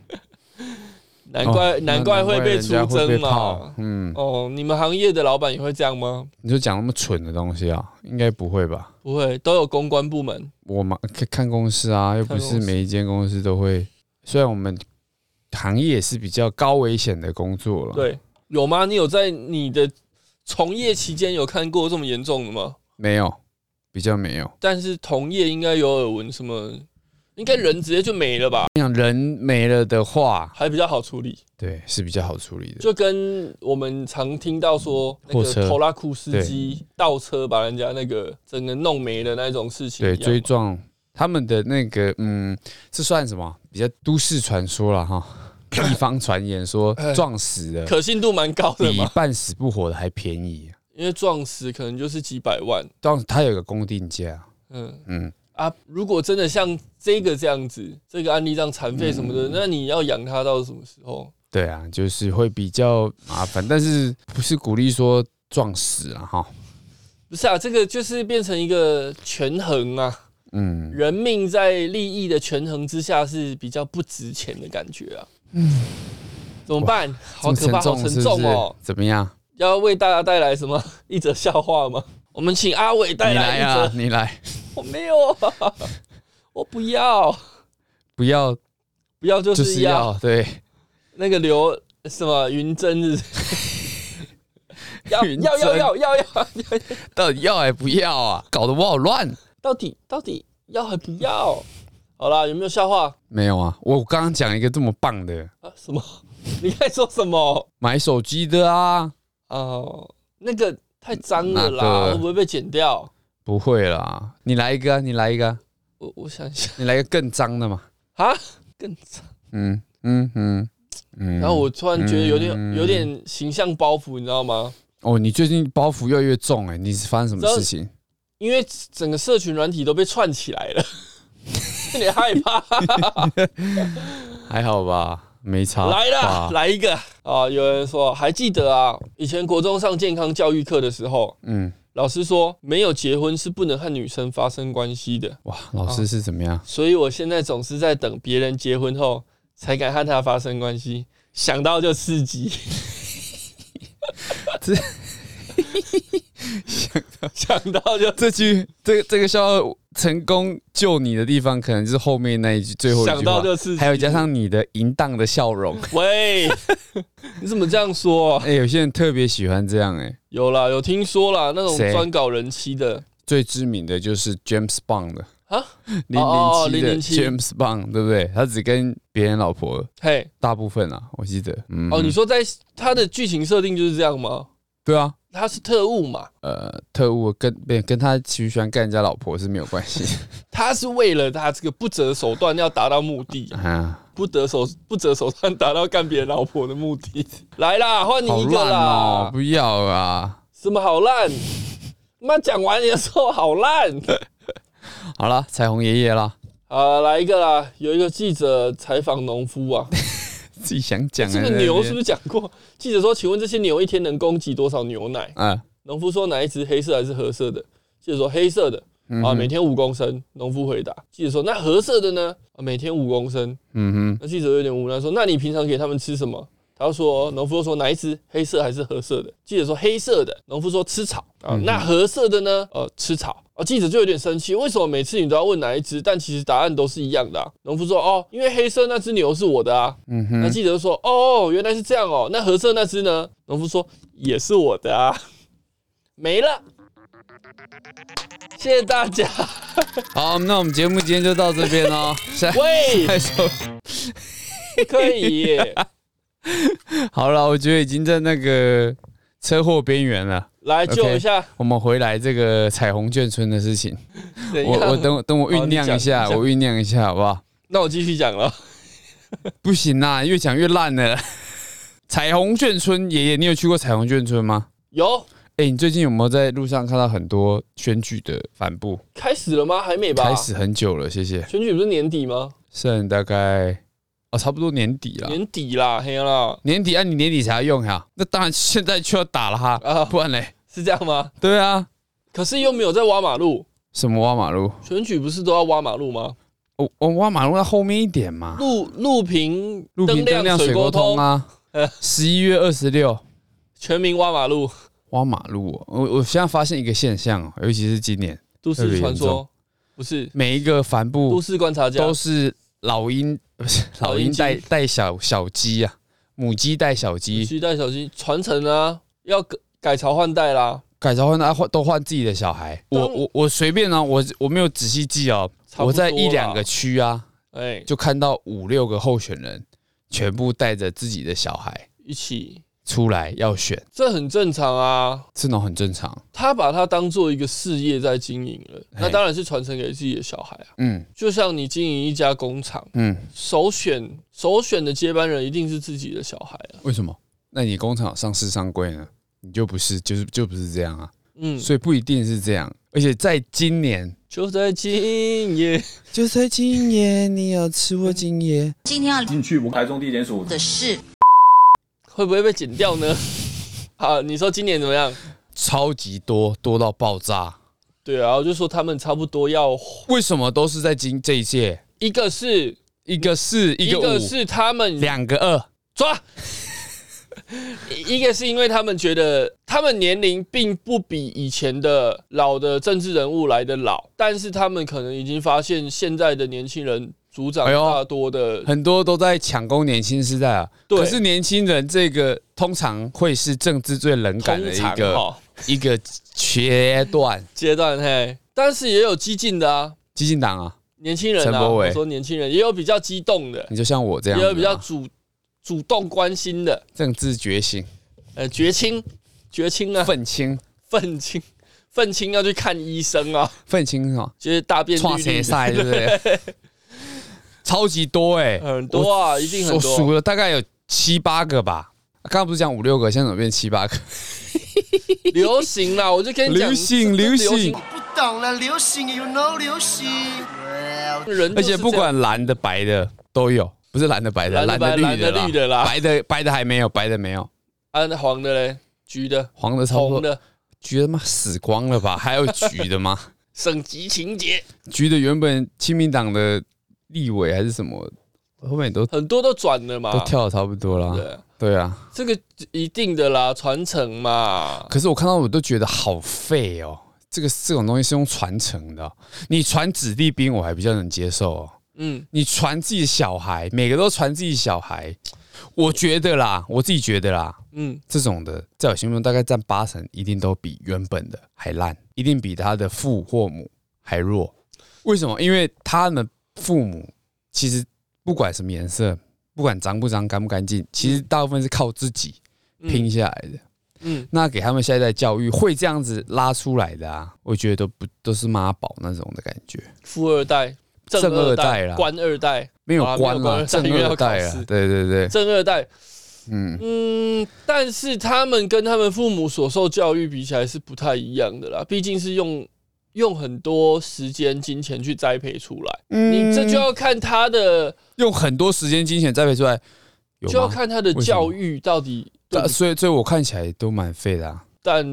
S1: 难怪、
S2: 哦
S1: 难怪会被出
S2: 难怪
S1: 征啊
S2: 人家会被泡
S1: 嘛。
S2: 嗯，
S1: 哦，你们行业的老板也会这样吗？
S2: 你就讲那么蠢的东西啊？应该不会吧？
S1: 不会，都有公关部门。
S2: 我嘛看看公司啊，又不
S1: 看
S2: 是
S1: 公司
S2: 每一间公司都会。虽然我们行业也是比较高危险的工作了，，
S1: 对，有吗？你有在你的从业期间有看过这么严重的吗？
S2: 没有，比较没有。
S1: 但是同业应该有耳闻什么？应该人直接就没了吧，
S2: 你想人没了的话，
S1: 还比较好处理。
S2: 对，是比较好处理的。
S1: 就跟我们常听到说那
S2: 货
S1: 个
S2: 车
S1: 头拉库司机倒车把人家那个整个弄没的那种事情一
S2: 对，
S1: 样嘛，
S2: 追撞他们的那个，嗯，这算什么？比较都市传说了哈， 地方传言说
S1: 哎
S2: 撞死 的
S1: 可信度蛮高的
S2: 比
S1: 嘛，
S2: 半死不活的还便宜。啊
S1: 因为撞死可能就是几百万，
S2: 当它有个公定价，
S1: 嗯
S2: 嗯，
S1: 啊，如果真的像这个这样子，这个案例让残废什么
S2: 嗯
S1: 的，那你要养它到什么时候？
S2: 对啊，就是会比较麻烦，但是不是鼓励说撞死了哈。
S1: 不是啊，这个就是变成一个权衡啊，
S2: 嗯，
S1: 人命在利益的权衡之下是比较不值钱的感觉啊。怎么办？好
S2: 嗯这
S1: 可
S2: 么
S1: 怕，好沉
S2: 是不
S1: 重
S2: 是
S1: 哦！
S2: 怎么样？
S1: 要为大家带来什么 一则笑话吗？我们请阿伟带
S2: 你
S1: 来
S2: 来
S1: 一则。
S2: 啊，你来，
S1: 我没有啊， 我不要，
S2: 不要
S1: 不要就
S2: 就是是
S1: 要
S2: 要对，
S1: 那个刘什么云珍是 不是。要
S2: 云
S1: 要要
S2: 珍
S1: 要要要，
S2: 到底要还不要啊？搞得我好乱。
S1: 到底到底要还不要？好啦，有没有笑话
S2: 没有啊，我刚刚讲一个这么棒的，
S1: 啊？什么？ 你在说什么？
S2: 买手机的啊，
S1: 哦、那个太脏了
S2: 哪
S1: 啦，
S2: 个
S1: 会不会被剪掉？
S2: 不会啦，你来一个啊、你来一个啊、
S1: 我我想一下
S2: 你来一个更脏的嘛。
S1: 啊，更脏。
S2: 嗯嗯嗯嗯。
S1: 然后我突然觉得有点
S2: 嗯
S1: 有点形象包袱，你知道吗？
S2: 哦，你最近包袱越来越重哎、你是发生什么事情？
S1: 因为整个社群软体都被串起来了， 有点害怕。
S2: 还好吧，没 差。
S1: 来啦
S2: 吧，
S1: 来一个啊！有人说还记得啊，以前国中上健康教育课的时候，
S2: 嗯，
S1: 老师说没有结婚是不能和女生发生关系的，
S2: 哇，老师是怎么样？
S1: 所以我现在总是在等别人结婚后才敢和她发生关系，想到就刺激。
S2: 这
S1: 想到想到就
S2: 这句这这个笑话成功救你的地方，可能就是后面那一句最后一句话，
S1: 想到就刺激，
S2: 还有加上你的淫荡的笑 容。
S1: 喂，你怎么这样说、
S2: 哎、有些人特别喜欢这样哎、
S1: 有啦，有听说啦，那种
S2: 谁
S1: 专搞人妻的
S2: 最知名的就是 James Bond 的
S1: 啊，
S2: 零
S1: 哦哦
S2: 零
S1: 007
S2: 七的 James Bond，对不对？他只跟别人老婆，
S1: 嘿，
S2: 大部分啊，我记得。嗯
S1: 哦，你说在他的剧情设定就是这样吗？
S2: 对啊？
S1: 他是特务嘛，
S2: 呃，特务跟对跟他其实喜欢干人家老婆是没有关系 的
S1: 他是为了他这个不择手段要达到目的，
S2: 啊，
S1: 不择手不择手段达到干别人老婆的目的。来啦，换你
S2: 好
S1: 一个
S2: 烂哦
S1: 啦，，
S2: 不要啊！
S1: 什么好烂？妈讲完你的时候好烂。
S2: 好了，彩虹爷爷啦，
S1: 啊，来一个啦！有一个记者采访农夫啊，
S2: 自己想讲
S1: 这个牛是不是讲过？记者说：“请问这些牛一天能供给多少牛奶？”
S2: 啊？
S1: 农夫说哪一只黑色还是褐色的？记者说黑色的
S2: 嗯
S1: 啊，每天五公升。农夫回答。记者说那褐色的呢？啊，每天五公升。
S2: 嗯
S1: 那记者有点无奈说，那你平常给他们吃什么？他说，农夫说哪一只黑色还是褐色的？记者说黑色的，农夫说吃草
S2: 嗯
S1: 啊，那褐色的呢？呃，吃草啊。记者就有点生气，为什么每次你都要问哪一只？但其实答案都是一样的、啊。农夫说哦，因为黑色那只牛是我的啊。
S2: 哼，嗯
S1: 那
S2: 哼，
S1: 记者就说哦，原来是这样哦。那褐色那只呢？农夫说也是我的啊，没了。谢谢大 家。
S2: 好，那我们节目今天就到这边喽。下
S1: 喂，
S2: 下一首，
S1: 可以耶
S2: 好了，我觉得已经在那个车祸边缘了。
S1: 来救
S2: OK
S1: 一下。
S2: 我们回来这个彩虹眷村的事情，
S1: 怎
S2: 我
S1: 样
S2: 我等我等我酝酿一下，
S1: 哎好你讲
S2: 我酝酿一下好不好？
S1: 那我继续讲了。
S2: 不行啦，越讲越烂了。彩虹眷村爷爷，你有去过彩虹眷村吗？
S1: 有
S2: 哎、你最近有没有在路上看到很多选举的帆布？
S1: 开始了吗？还没吧？
S2: 开。始很久了，谢谢。
S1: 选举不是年底吗？
S2: 剩大概哦，差不多年底了。
S1: 年底啦，黑啦，
S2: 年底啊按、你年底才要用哈，那当然现在就要打了 哈，
S1: 啊
S2: 不然嘞，
S1: 是这样吗？
S2: 对啊，
S1: 可是又没有在挖马路，
S2: 什么挖马路？
S1: 选举不是都要挖马路吗？
S2: 我、我挖马路在后面一点嘛，
S1: 路路平
S2: 路平灯亮水沟通，啊
S1: 呃。
S2: 十一月二十六
S1: 全民挖马路，
S2: 挖马路哦、我我现在发现一个现象哦，尤其是今年，
S1: 都
S2: 特别
S1: 市
S2: 严
S1: 传
S2: 重
S1: 说不是
S2: 每一个帆
S1: 都
S2: 布
S1: 市观察家
S2: 都是老鹰，不是
S1: 老
S2: 老
S1: 鹰
S2: 鹰
S1: 鸡
S2: 带带小小鸡啊，母鸡带小鸡，
S1: 需带小心传承啊，要改改朝换代啦，
S2: 改朝换代换都换自己的小孩。我
S1: 当
S2: 我我随便啊，我我没有仔细记哦，
S1: 差不多啦
S2: 我在一两个区啊，
S1: 哎，
S2: 就看到五六个候选人，全部带着自己的小孩
S1: 一起，
S2: 出来要选，
S1: 这很正常啊。
S2: 这种很正常。
S1: 他把它当做一个事业在经营了，那
S2: 嘿
S1: 当然是传承给自己的小孩啊。
S2: 嗯
S1: 就像你经营一家工厂，
S2: 嗯，
S1: 首选首选的接班人一定是自己的小孩啊。
S2: 为什么？那你工厂有上市上柜呢？你就不是，就是就不是这样啊，
S1: 嗯，
S2: 所以不一定是这样。而且在今年，
S1: 就在今夜，
S2: 就在今夜，你要吃我今夜。
S4: 今天要聊
S5: 进去我台中地检署
S4: 的是
S1: 会不会被剪掉呢？好，你说今年怎么样？
S2: 超级多，多到爆炸。
S1: 对啊，然后就说他们差不多要
S2: 为什么都是在今这一届？
S1: 一个是
S2: 一个四，一
S1: 一
S2: 个五，
S1: 个是他们
S2: 两个二，
S1: 抓，一一个是因为他们觉得他们年龄并不比以前的老的政治人物来的老，但是他们可能已经发现现在的年轻人组长
S2: 哎呦
S1: 大多的、
S2: 很多都在抢攻年轻时代啊。
S1: 对
S2: 可是年轻人这个通常会是政治最冷感的
S1: 通常
S2: 一个
S1: 哈
S2: 一个阶段。
S1: 阶段嘿，但是也有激进的啊，
S2: 激进党啊，
S1: 年轻人
S2: 陈
S1: 啊，
S2: 柏伟
S1: 我说年轻人也有比较激动的，
S2: 你就像我这样
S1: 也
S2: 子啊，
S1: 有比较主主动关心的，
S2: 政治觉醒、
S1: 呃，绝亲绝亲 啊，
S2: 愤青、
S1: 愤青愤青要去看医生啊，
S2: 愤青啊，
S1: 就是大便
S2: 创
S1: 绿
S2: 谁
S1: 绿的。
S2: 赛对不对？超级多哎、
S1: 很多啊，一定很
S2: 我数
S1: 多。
S2: 了大概有七八个吧。啊刚刚不是讲五六个，现在怎么变七八个？
S1: 流行啦，我就跟你讲，
S2: 流行
S1: 这
S2: 流行，
S4: 不懂了，流行，you know 流行。Well
S1: 人就是这
S2: 而且
S1: 样
S2: 不管蓝的、白的都有，不是蓝的、白的，
S1: 蓝
S2: 的、
S1: 的白
S2: 绿的啦、
S1: 蓝的绿的啦
S2: 白的白的还没有，白的没有，
S1: 啊，那黄的嘞，橘的、
S2: 黄的差不
S1: 红
S2: 多，
S1: 的，
S2: 橘的妈死光了吧？还有橘的 吗？
S1: 省级情节，
S2: 橘的原本亲民党的立委还是什么，后面都
S1: 很多都转了嘛
S2: 都。跳的差不多啦。
S1: 啊对，
S2: 对啊，
S1: 这个一定的啦，传承嘛。
S2: 可是我看到我都觉得好废哦。这个这种东西是用传承的哦，你传子弟兵我还比较能接受哦。
S1: 嗯，
S2: 你传自己的小孩，每个都传自己小孩，我觉得啦，我自己觉得啦，
S1: 嗯，
S2: 这种的在我心目中大概占八成，一定都比原本的还烂，一定比他的父或母还弱。为什么？因为他们父母其实不管什么颜色，不管脏不脏、干不干净，其实大部分是靠自己
S1: 嗯
S2: 拼下来的。
S1: 嗯，
S2: 那给他们下一代教育会这样子拉出来的啊，我觉得都不都是妈宝那种的感觉，
S1: 富二代、正
S2: 正二
S1: 二
S2: 代
S1: 代
S2: 啦、
S1: 官二代、
S2: 没有
S1: 啊没有
S2: 官
S1: 官
S2: 了，
S1: 二代
S2: 正
S1: 因为
S2: 二
S1: 要
S2: 代
S1: 考
S2: 了，
S1: 试
S2: 对对对，
S1: 正二代，
S2: 嗯，
S1: 嗯，但是他们跟他们父母所受教育比起来是不太一样的啦，毕竟是用用很多时间、金钱去栽培出来。
S2: 嗯
S1: 你这就要看他的，
S2: 用很多时间、金钱栽培出来，有
S1: 就要
S2: 吗
S1: 看他的
S2: 为什么
S1: 教育到底对
S2: 但
S1: 不对。
S2: 所以，所以我看起来都蛮废的、啊。
S1: 但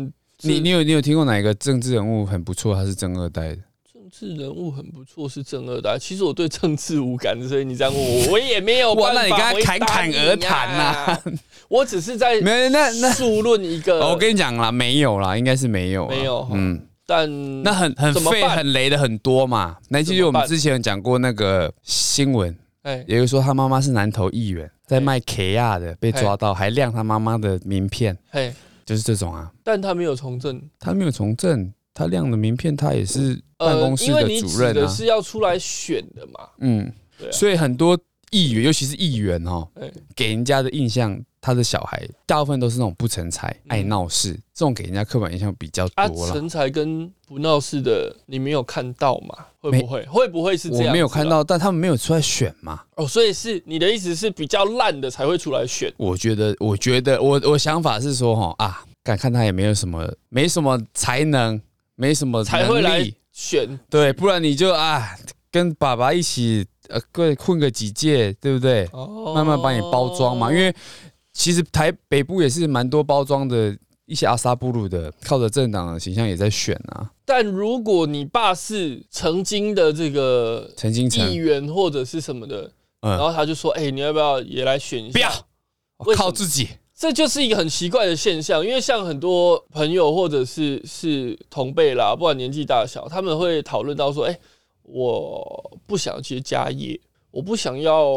S2: 你
S1: 是
S2: 你有你有听过哪一个政治人物很不错，他是正二代的？
S1: 政治人物很不错，是正二代。啊其实我对政治无感，所以你这样问我，我 也没有
S2: 哇
S1: 办法
S2: 那你跟他
S1: 回答
S2: 侃侃而谈呐
S1: 你呀 我只是在
S2: 没那那、
S1: 述论一个，
S2: 哦我跟你讲啦，没有啦，应该是没有啦，
S1: 呃没有
S2: 嗯，
S1: 但
S2: 那很很
S1: 怎么
S2: 废
S1: 办
S2: 很雷的很多嘛。那一期就我
S1: 怎么
S2: 们
S1: 办
S2: 之前有讲过那个新闻，
S1: 哎，
S2: 也就是说他妈妈是南投议员，在
S1: 嘿
S2: 卖 K 亚的被抓到，还亮他妈妈的名片，
S1: 嘿，
S2: 就是这种啊。
S1: 但他没有从政。
S2: 他没有从政，他亮的名片，他也是办
S1: 呃
S2: 公，室
S1: 因为
S2: 的
S1: 你
S2: 主
S1: 指
S2: 任
S1: 的
S2: 啊。
S1: 是要出来选的嘛，
S2: 嗯
S1: 对，啊
S2: 所以很多议员，尤其是议员哦，
S1: 哎，
S2: 给人家的印象，他的小孩大部分都是那种不成才、
S1: 嗯
S2: 爱闹事，这种给人家刻板印象比较
S1: 啊，
S2: 多了。
S1: 成才跟不闹事的，你没有看到嘛？会
S2: 没
S1: 不会？会不会是这
S2: 我
S1: 样？啊
S2: 没有看到，但他们没有出来选嘛？
S1: 哦，所以是你的意思是比较烂的才会出来选？
S2: 我觉得，我觉得，我我想法是说，哈啊，敢看他也没有什么，没什么才能，没什么
S1: 才会
S2: 能
S1: 来
S2: 力
S1: 选。
S2: 对，不然你就啊，跟爸爸一起呃，混混个几届，对不对？
S1: 哦
S2: 慢慢把你包装嘛。因为其实台北部也是蛮多包装的一些阿萨布鲁的，靠着政党的形象也在选啊。
S1: 但如果你爸是曾经的这个
S2: 陈金城
S1: 议，员或者是什么的，然
S2: 嗯，
S1: 后他就说：“哎、你要不要也来选一下？”
S2: 不要
S1: 为什么
S2: 哦靠自己，
S1: 这就是一个很奇怪的现象，因为像很多朋友或者是是同辈啦，不管年纪大小，他们会讨论到说，哎、我不想接家业，我不想要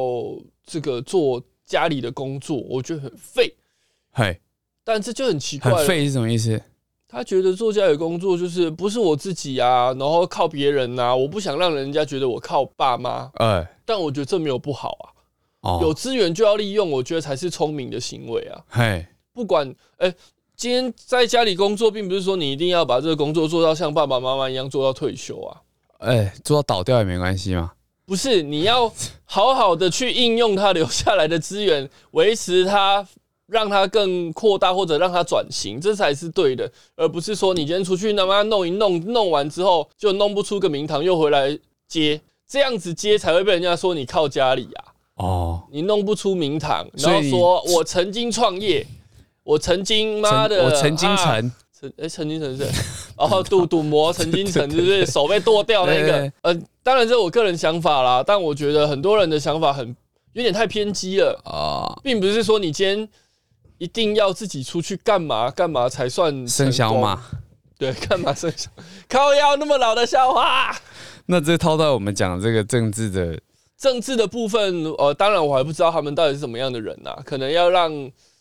S1: 这个做家里的工作，我觉得很废。
S2: 嘿，
S1: 但这就很奇怪
S2: 很
S1: 了，
S2: 废是什么意思？
S1: 他觉得做家里的工作就是不是我自己啊，然后靠别人呐、啊，我不想让人家觉得我靠爸妈，
S2: 呃，
S1: 但我觉得这没有不好啊，有
S2: 哦，
S1: 资源就要利用，我觉得才是聪明的行为啊。
S2: 嘿，
S1: 不管哎、今天在家里工作，并不是说你一定要把这个工作做到像爸爸妈妈一样做到退休啊，
S2: 哎，做到倒掉也没关系嘛。
S1: 不是，你要好好的去应用它留下来的资源，维持它。让它更扩大或者让它转型，这才是对的，而不是说你今天出去他妈弄一弄，弄完之后就弄不出个名堂，又回来接，这样子接才会被人家说你靠家里啊。
S2: 哦，
S1: 你弄不出名堂，
S2: 所
S1: 然
S2: 以
S1: 后
S2: 你
S1: 说我曾经创业，我曾经妈
S2: 陈
S1: 的，
S2: 我陈金
S1: 啊
S2: 城，
S1: 陈哎陈金城是，然后赌赌魔陈金城就是手被剁掉那
S2: 对对
S1: 个
S2: 对，
S1: 呃，当然这是我个人想法啦，但我觉得很多人的想法很有点太偏激了，
S2: 啊，
S1: 并不是说你今天一定要自己出去干嘛干嘛才算
S2: 生肖
S1: 成功，
S2: 嘛。
S1: 对，干嘛生肖？靠腰那么老的笑话。
S2: 那这套到我们讲这个政治的，
S1: 政治的部分，呃，当然我还不知道他们到底是什么样的人呐、可能要让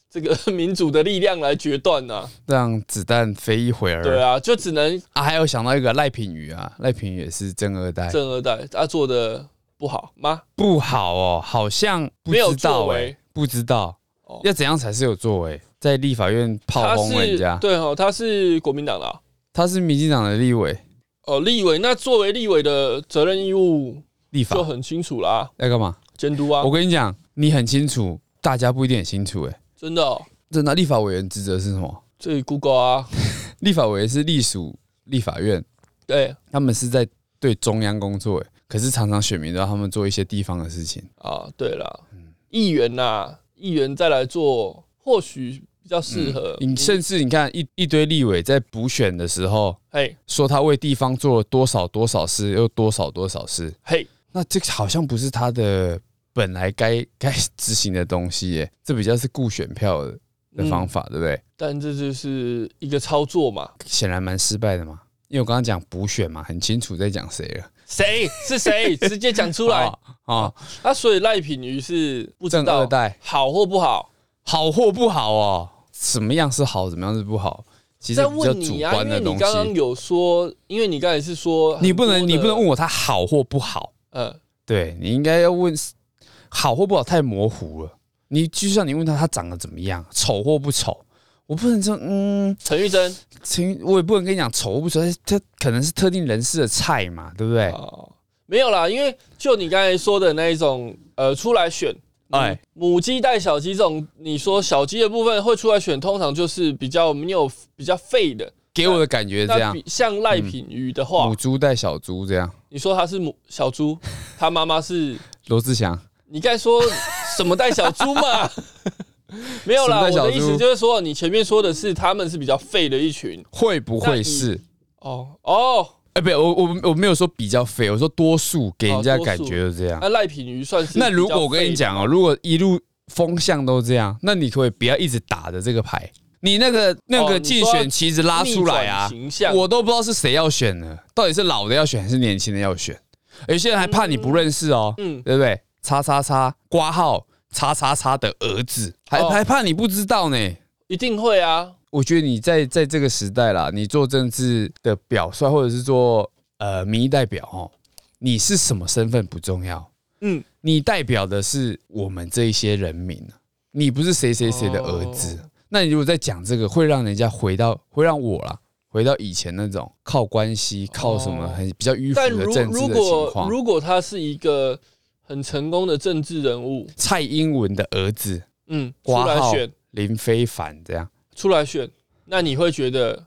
S1: 这个 民主的力量来决断呐、
S2: 让子弹飞一会儿。
S1: 对啊，就只能
S2: 啊，还有想到一个赖品妤啊，赖品妤也是正二代，
S1: 正二代他、做的不好吗？
S2: 不好哦，好像不
S1: 没有
S2: 知道
S1: 作
S2: 哎、
S1: 为
S2: 不知道、
S1: 哦
S2: 要怎样才是有作为，在立法院炮
S1: 他
S2: 轰人
S1: 是
S2: 家，
S1: 对哦，他是国民党的、啊、
S2: 他是民进党的立委，
S1: 哦，立委那作为立委的责任义务
S2: 立法
S1: 就很清楚啦，
S2: 要干嘛？
S1: 监督啊
S2: 我，跟你讲，你很清楚，大家不一定很清楚哎、
S1: 真的、哦，
S2: 真的，立法委员职责是什么？
S1: 这里 Google 啊，
S2: 立法委员是隶属立法院，
S1: 对
S2: 他们是在对中央工作哎、可是常常选民让他们做一些地方的事情。
S1: 啊，对了，
S2: 嗯
S1: 议员呐、议员再来做，或许比较适合，
S2: 你甚至你看一一堆立委在补选的时候，
S1: 嘿
S2: 说他为地方做了多少多少事，又多少多少事，
S1: 嘿，
S2: 那这个好像不是他的本来该该执行的东西耶，这比较是顾选票的的
S1: 嗯
S2: 方法，对不对？
S1: 但这就是一个操作嘛。
S2: 显然蛮失败的嘛，因为我刚刚讲补选嘛，很清楚在讲谁了。
S1: 谁是谁，直接讲出来。
S2: 啊、 哦
S1: 啊，所以赖品妤是不知
S2: 正
S1: 道
S2: 二代
S1: 好或不好，
S2: 好或不好哦，什么样是好，怎么样是不好，其实
S1: 再
S2: 比较
S1: 问
S2: 主
S1: 你啊，
S2: 观
S1: 因
S2: 的
S1: 为
S2: 东
S1: 你刚刚
S2: 西。
S1: 有说，因为你刚才是说，
S2: 你不能，你不能问，我他好或不好，
S1: 嗯，
S2: 对你应该要问好或不好，太模糊了。你就像你问他他长得怎么样，丑或不丑，我不能说嗯，
S1: 陈玉珍
S2: 陈我也不能跟你讲丑或不丑，他可能是特定人士的菜嘛，对不对？
S1: 哦，没有啦，因为就你刚才说的那一种，呃，出来选。
S2: 哎
S1: 哎，母鸡带小鸡这种，你说小鸡的部分会出来选，通常就是比较没有比较废的。
S2: 给我的感觉是这
S1: 那
S2: 样嗯
S1: 比，像赖品妤的话，
S2: 母猪带小猪这样。
S1: 你说他是母小猪，他妈妈是
S2: 罗志祥，
S1: 你该说什么带小猪 嘛？没有啦，
S2: 什么带
S1: 我
S2: 小猪
S1: 的意思就是说，你前面说的是他们是比较废的一群。
S2: 会不会是？
S1: 哦哦，
S2: 哎，不，我我我没有说比较废，我说多数给人家
S1: 哦多数
S2: 感觉就是这样。
S1: 那赖品妤算是
S2: 那如果
S1: 比较
S2: 我跟你
S1: 废的，
S2: 讲哦，如果一路风向都这样，那你可不可以不要一直打着这个牌？你那个那
S1: 哦
S2: 个
S1: 你
S2: 竞
S1: 说要
S2: 选旗子拉出来啊
S1: 逆转，形象
S2: 我都不知道是谁要选呢，到底是老的要选还是年轻的要选？有些人还怕你不认识哦，
S1: 嗯
S2: 对不对？叉叉叉挂号叉叉叉的儿子，还、
S1: 哦
S2: 还怕你不知道呢。
S1: 一定会啊，
S2: 我觉得你在在这个时代啦，你做政治的表率或者是做呃民意代表哦，你是什么身份不重要，
S1: 嗯，
S2: 你代表的是我们这一些人民啊，你不是谁谁谁的儿子。
S1: 哦
S2: 那你如果在讲这个，会让人家回到会让我啦，回到以前那种靠关系、靠什么
S1: 哦
S2: 很比较迂
S1: 但
S2: 腐的
S1: 如
S2: 政
S1: 如
S2: 治的情
S1: 果
S2: 况。
S1: 如果他是一个很成功的政治人物，
S2: 蔡英文的儿子
S1: 嗯，出
S2: 挂
S1: 来
S2: 号
S1: 选，
S2: 林非凡这样，
S1: 出来选，那你会觉得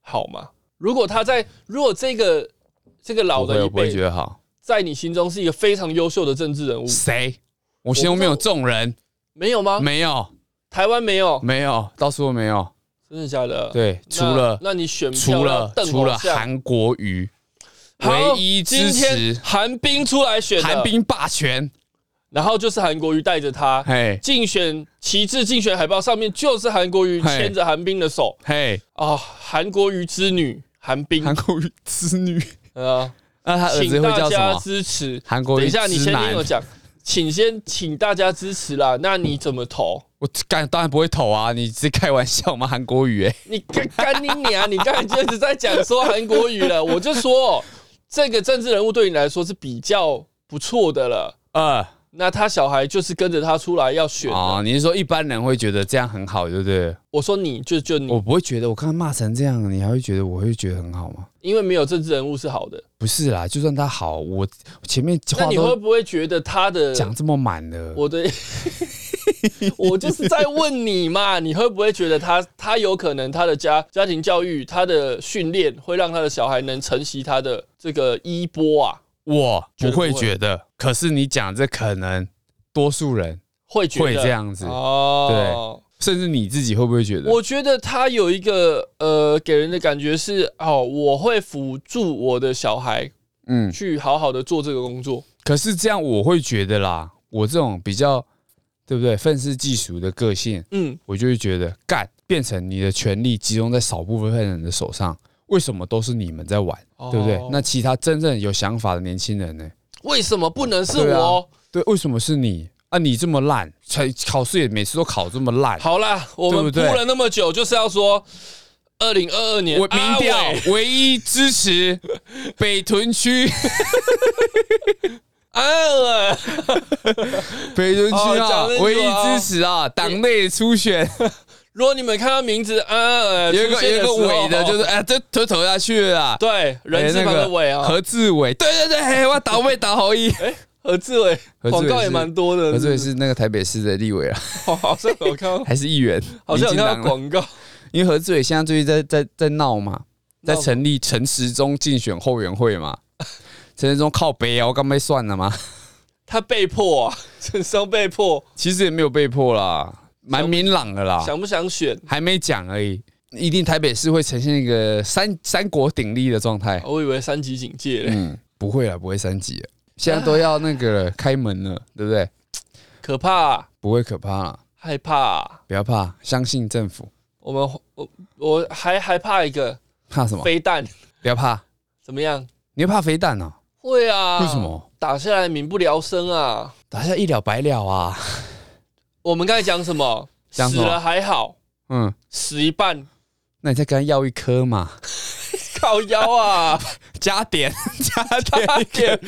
S1: 好吗？如果他在，如果这个这个老
S2: 我会
S1: 的
S2: 我
S1: 一
S2: 不会觉
S1: 辈，
S2: 得好。
S1: 在你心中是一个非常优秀的政治人物，
S2: 谁？我心中没有这种人，
S1: 没有吗？
S2: 没有，
S1: 台湾没有，
S2: 没有，到处都没有。
S1: 真的假的？
S2: 对，
S1: 那，
S2: 除了
S1: 那你选票
S2: 除
S1: 要
S2: 了
S1: 邓
S2: 除了
S1: 偶像
S2: 韩国瑜，
S1: 好
S2: 唯一支
S1: 今天
S2: 持
S1: 韩冰出来选的
S2: 韩，冰霸权，
S1: 然后就是韩国瑜带着他
S2: 嘿
S1: 竞选旗帜、竞选海报上面就是韩国瑜
S2: 嘿
S1: 牵着韩冰的手
S2: 嘿，
S1: 啊，韩国瑜之女韩冰
S2: 韩国瑜之女，
S1: 啊，
S2: 那他儿子
S1: 请
S2: 会
S1: 大
S2: 叫什
S1: 家
S2: 么？
S1: 支持。
S2: 韩国
S1: 等
S2: 瑜
S1: 一下，你
S2: 之
S1: 先听
S2: 男
S1: 我，讲，请先请大家支持啦。那你怎么投？
S2: 我干当然不会投啊！你是开玩笑吗？ 韩国瑜，哎，
S1: 你干干你娘！ 你刚才就一直在讲说韩国语了，我就说这个政治人物对你来说是比较不错的了。
S2: 呃，
S1: 那他小孩就是跟着他出来要选的。
S2: 哦，你是说一般人会觉得这样很好，对不对？
S1: 我说你就就你，
S2: 我不会觉得，我刚刚骂成这样，你还会觉得我会觉得很好吗？
S1: 因为没有政治人物是好的。
S2: 不是啦，就算他好，我前面
S1: 那
S2: 话
S1: 你会
S2: 都
S1: 不会觉得他的
S2: 讲这么满了，
S1: 我 的？我就是在问你嘛，你会不会觉得他他有可能他的家家庭教育、他的训练会让他的小孩能承袭他的这个衣钵啊？
S2: 我
S1: 觉
S2: 不
S1: 得不
S2: 会
S1: 会
S2: 觉得，可是你讲这可能多数人
S1: 会觉得
S2: 会这样子
S1: 哦，
S2: 甚至你自己会不会觉得？
S1: 我觉得他有一个呃，给人的感觉是，哦，我会辅助我的小孩
S2: 嗯，
S1: 去好好的做这个工作。
S2: 可是这样我会觉得啦，我这种比较对不对愤世嫉俗的个性，
S1: 嗯，
S2: 我就会觉得干变成你的权力集中在少部分人的手上，为什么都是你们在玩，对不对
S1: 哦？
S2: 那其他真正有想法的年轻人呢？
S1: 为什么不能是
S2: 对啊
S1: 我？
S2: 对，为什么是你啊？你这么烂，才考试也每次都考这么烂，
S1: 好啦，我们
S2: 对
S1: 铺
S2: 不对
S1: 了那么久，就是要说，二零二二年啊
S2: 我民调
S1: 阿伟
S2: 唯一支持北屯区，
S1: 啊，
S2: 北屯区
S1: 哦
S2: 啊
S1: 讲得，住啊
S2: 唯一支持啊，党内初 选
S1: 如果你们看到名字啊，
S2: 有一个有一个
S1: 尾
S2: 尾的，就是哎，这投投下去了啊，
S1: 哦对
S2: 哎
S1: 人字旁
S2: 那
S1: 的
S2: 个
S1: 伟啊，嗯
S2: 何志伟，对对对，嘿我倒位 倒侯一，
S1: 何志伟
S2: 何志伟
S1: 广告也
S2: 是
S1: 蛮多的，
S2: 何志伟
S1: 不
S2: 是那个台北市的立 委啊，
S1: 好 好像有看到，
S2: 还是议员，
S1: 好像有
S2: 民进
S1: 看
S2: 党
S1: 到
S2: 的，
S1: 广告，
S2: 因为何志伟现在最近在在在闹嘛，在
S1: 闹
S2: 成立陈时中竞选后援会 嘛，陈时中靠北啊，我刚被算了嘛。
S1: 他被迫啊， 陈松被迫，
S2: 其实也没有被迫啦，蛮明朗的啦，
S1: 想不想选？
S2: 还没讲而已。一定台北市会呈现一个三三国鼎立的状态。
S1: 我以为三级警戒嘞，
S2: 嗯，不会啦，不会三级了，现在都要那个了开门了， 对不对？
S1: 可怕啊，
S2: 不会可怕啦，
S1: 害怕啊。
S2: 不要怕，相信政府。
S1: 我们我我还还怕一个
S2: 怕什么？
S1: 飞弹，
S2: 不要怕，
S1: 怎么样？
S2: 你会怕飞弹啊？
S1: 会啊，
S2: 为什么？
S1: 打下来民不聊生啊？
S2: 打下一了百了啊！
S1: 我们刚才讲什么？
S2: 讲什
S1: 死
S2: 么
S1: 了还好，
S2: 嗯，
S1: 死一半
S2: 那你再跟他要一颗嘛，
S1: 靠腰 啊，
S2: 加点加
S1: 差
S2: 点一
S1: 点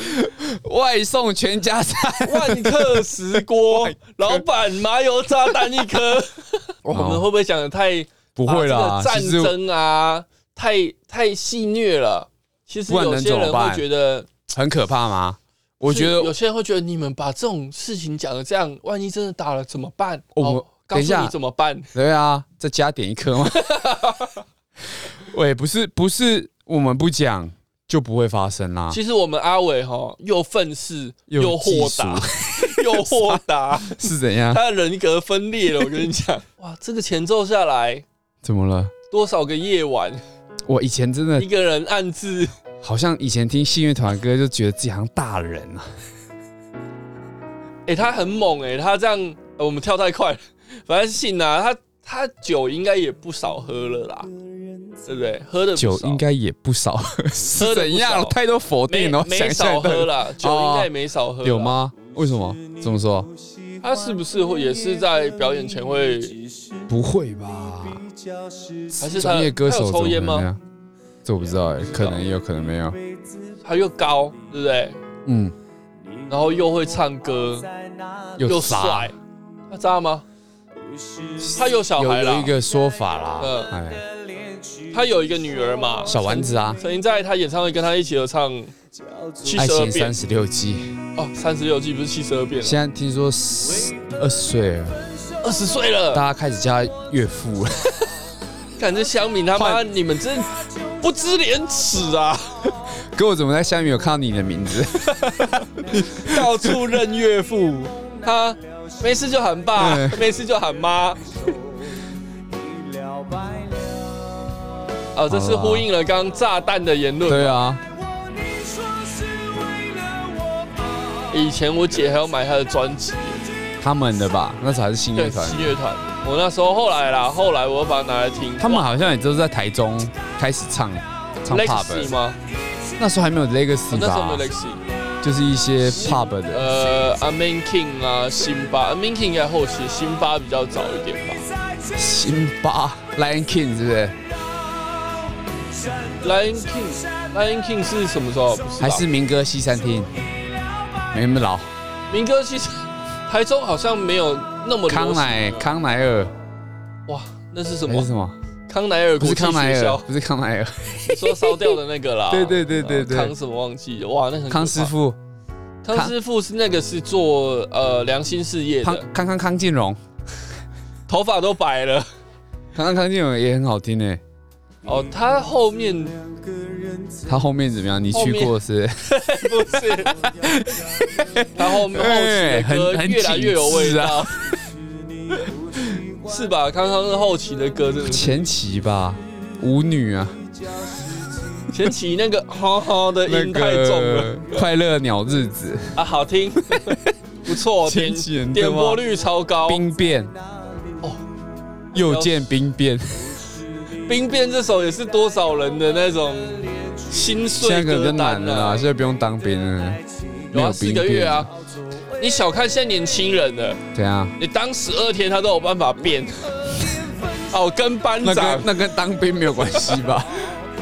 S2: 个外送全家餐。
S1: 万客石锅，老板麻油炸弹一 颗。我们会不会讲的太
S2: 不会啦，
S1: 啊这个
S2: 其实
S1: 战争啊，太太戏虐了。其实
S2: 不然
S1: 有
S2: 能
S1: 些
S2: 怎么
S1: 人会
S2: 办
S1: 觉得，
S2: 很可怕吗？我觉
S1: 有
S2: 得
S1: 些人会觉得你们把这种事情讲的这样，万一真的打了怎么办？
S2: 我们
S1: 哦告
S2: 等一
S1: 诉
S2: 下
S1: 你怎么办？
S2: 对啊，再加点一 颗嘛。喂，不是不是，我们不讲就不会发生啦。
S1: 其实我们阿伟哈，又愤世
S2: 又
S1: 又豁达， 又豁 达，
S2: 是怎样？
S1: 他的人格分裂了。我跟你讲，哇，这个前奏下来，
S2: 怎么了？
S1: 多少个夜 晚，
S2: 我以前真的
S1: 一个人暗自
S2: 好像以前听信乐团的歌，就觉得自己好像大人啊。
S1: 哎、他很猛哎、他这样、呃我们跳太快了， 反正信啊，他他酒应该也不少喝了啦，对不对？喝的
S2: 酒应该也不少，
S1: 喝
S2: 是
S1: 得不少
S2: 怎样？太多否
S1: 没
S2: 定了，
S1: 没少喝
S2: 了，
S1: 啦，酒应该也没少喝、
S2: 哦有？吗？为什么？怎么说？
S1: 他是不是会也是在表演前会，
S2: 不会吧？
S1: 还是他
S2: 专业歌手
S1: 他有抽烟
S2: 怎么可
S1: 吗？
S2: 能啊？这我不知道哎，可能有可能没有。
S1: 他又高，对不对？
S2: 嗯，
S1: 然后又会唱歌，又
S2: 又傻
S1: 帅，，他渣吗？他有小
S2: 有
S1: 孩
S2: 有
S1: 啦
S2: 一，个说法啦
S1: 嗯，
S2: 哎，
S1: 他有一个女儿嘛。
S2: 小丸子啊，
S1: 曾经在他演唱会跟他一起合唱《七
S2: 爱
S1: 十二
S2: 情
S1: 变
S2: 三》十六计，
S1: 哦，三十六计不是七十二变了，
S2: 现在听说二十岁了，
S1: 二十岁了
S2: 大。家开始叫他岳父了，
S1: 看这乡民他妈，
S2: 换
S1: 你们真不知廉耻 啊！
S2: 可我怎么在下面有看到你的名 字？
S1: 到处认岳父，他没事就喊爸，
S2: 嗯
S1: 没事就喊妈。啊，这是呼应了刚刚炸弹的言论。
S2: 对啊，
S1: 以前我姐还要买她的专辑，
S2: 他们的吧，那才是新乐
S1: 对，
S2: 团
S1: 新，乐团。我那时候后来啦，后来我又把它拿来听。
S2: 他们好像也都是在台中开始唱唱
S1: Legacy
S2: pub，
S1: 吗？哦
S2: 那时候还没有 Legacy
S1: 那时候
S2: 吧
S1: 没，有 Legacy，
S2: 就是一些 pub 的，
S1: 呃，Amin King 啊，辛巴，Amin King 应该后期，辛巴比较早一点吧。呃
S2: 辛巴 Lion King 是不是？
S1: Lion King，Lion King 是什么时候？不吧
S2: 还是民歌西餐厅？没那么老，
S1: 民歌？其实台中好像没有那么流行
S2: 康乃康乃尔
S1: 哇，那是什
S2: 还
S1: 么
S2: 是？什么？
S1: 康乃尔
S2: 不
S1: 国
S2: 是
S1: 际
S2: 康乃
S1: 学
S2: 尔
S1: 校，，
S2: 不是康乃尔，
S1: 你说烧掉的那个啦？ 呃
S2: 对对对对对
S1: 康什么忘记了？哇，那很可怕
S2: 康师，傅，
S1: 康师傅是那个是做呃良心事业
S2: 康
S1: 的，
S2: 康康康靖荣，
S1: 头发都白了。
S2: 康康康靖荣也很好听诶。嗯
S1: 哦，他后面
S2: 他后面怎么样？你去过是？
S1: 不是，他后面后期的
S2: 哎
S1: 歌
S2: 很很啊
S1: 越来越有味道。 是吧？康康是后期的歌，真的是
S2: 前期吧，舞女啊，
S1: 前期那个哈哈的
S2: 那
S1: 音太重了
S2: 个快乐鸟日子，
S1: 啊，好 听，不错，哦
S2: 前
S1: 点
S2: 期很
S1: 点
S2: 对吗
S1: 播率超高。冰
S2: 兵变，哦，又见兵变，
S1: 冰变这首也是多少人的那种心
S2: 现在
S1: 碎
S2: 可能比
S1: 歌
S2: 较难
S1: 单
S2: 了啦，
S1: 啊
S2: 现，在不用当兵了，
S1: 有
S2: 没
S1: 啊，
S2: 有
S1: 四
S2: 兵
S1: 个月
S2: 变
S1: 啊，，你小看现在年轻人了，
S2: 怎样？
S1: 你当十二天他都有办法 变。哦，跟班
S2: 那
S1: 长
S2: 跟，那跟当兵没有关系 吧？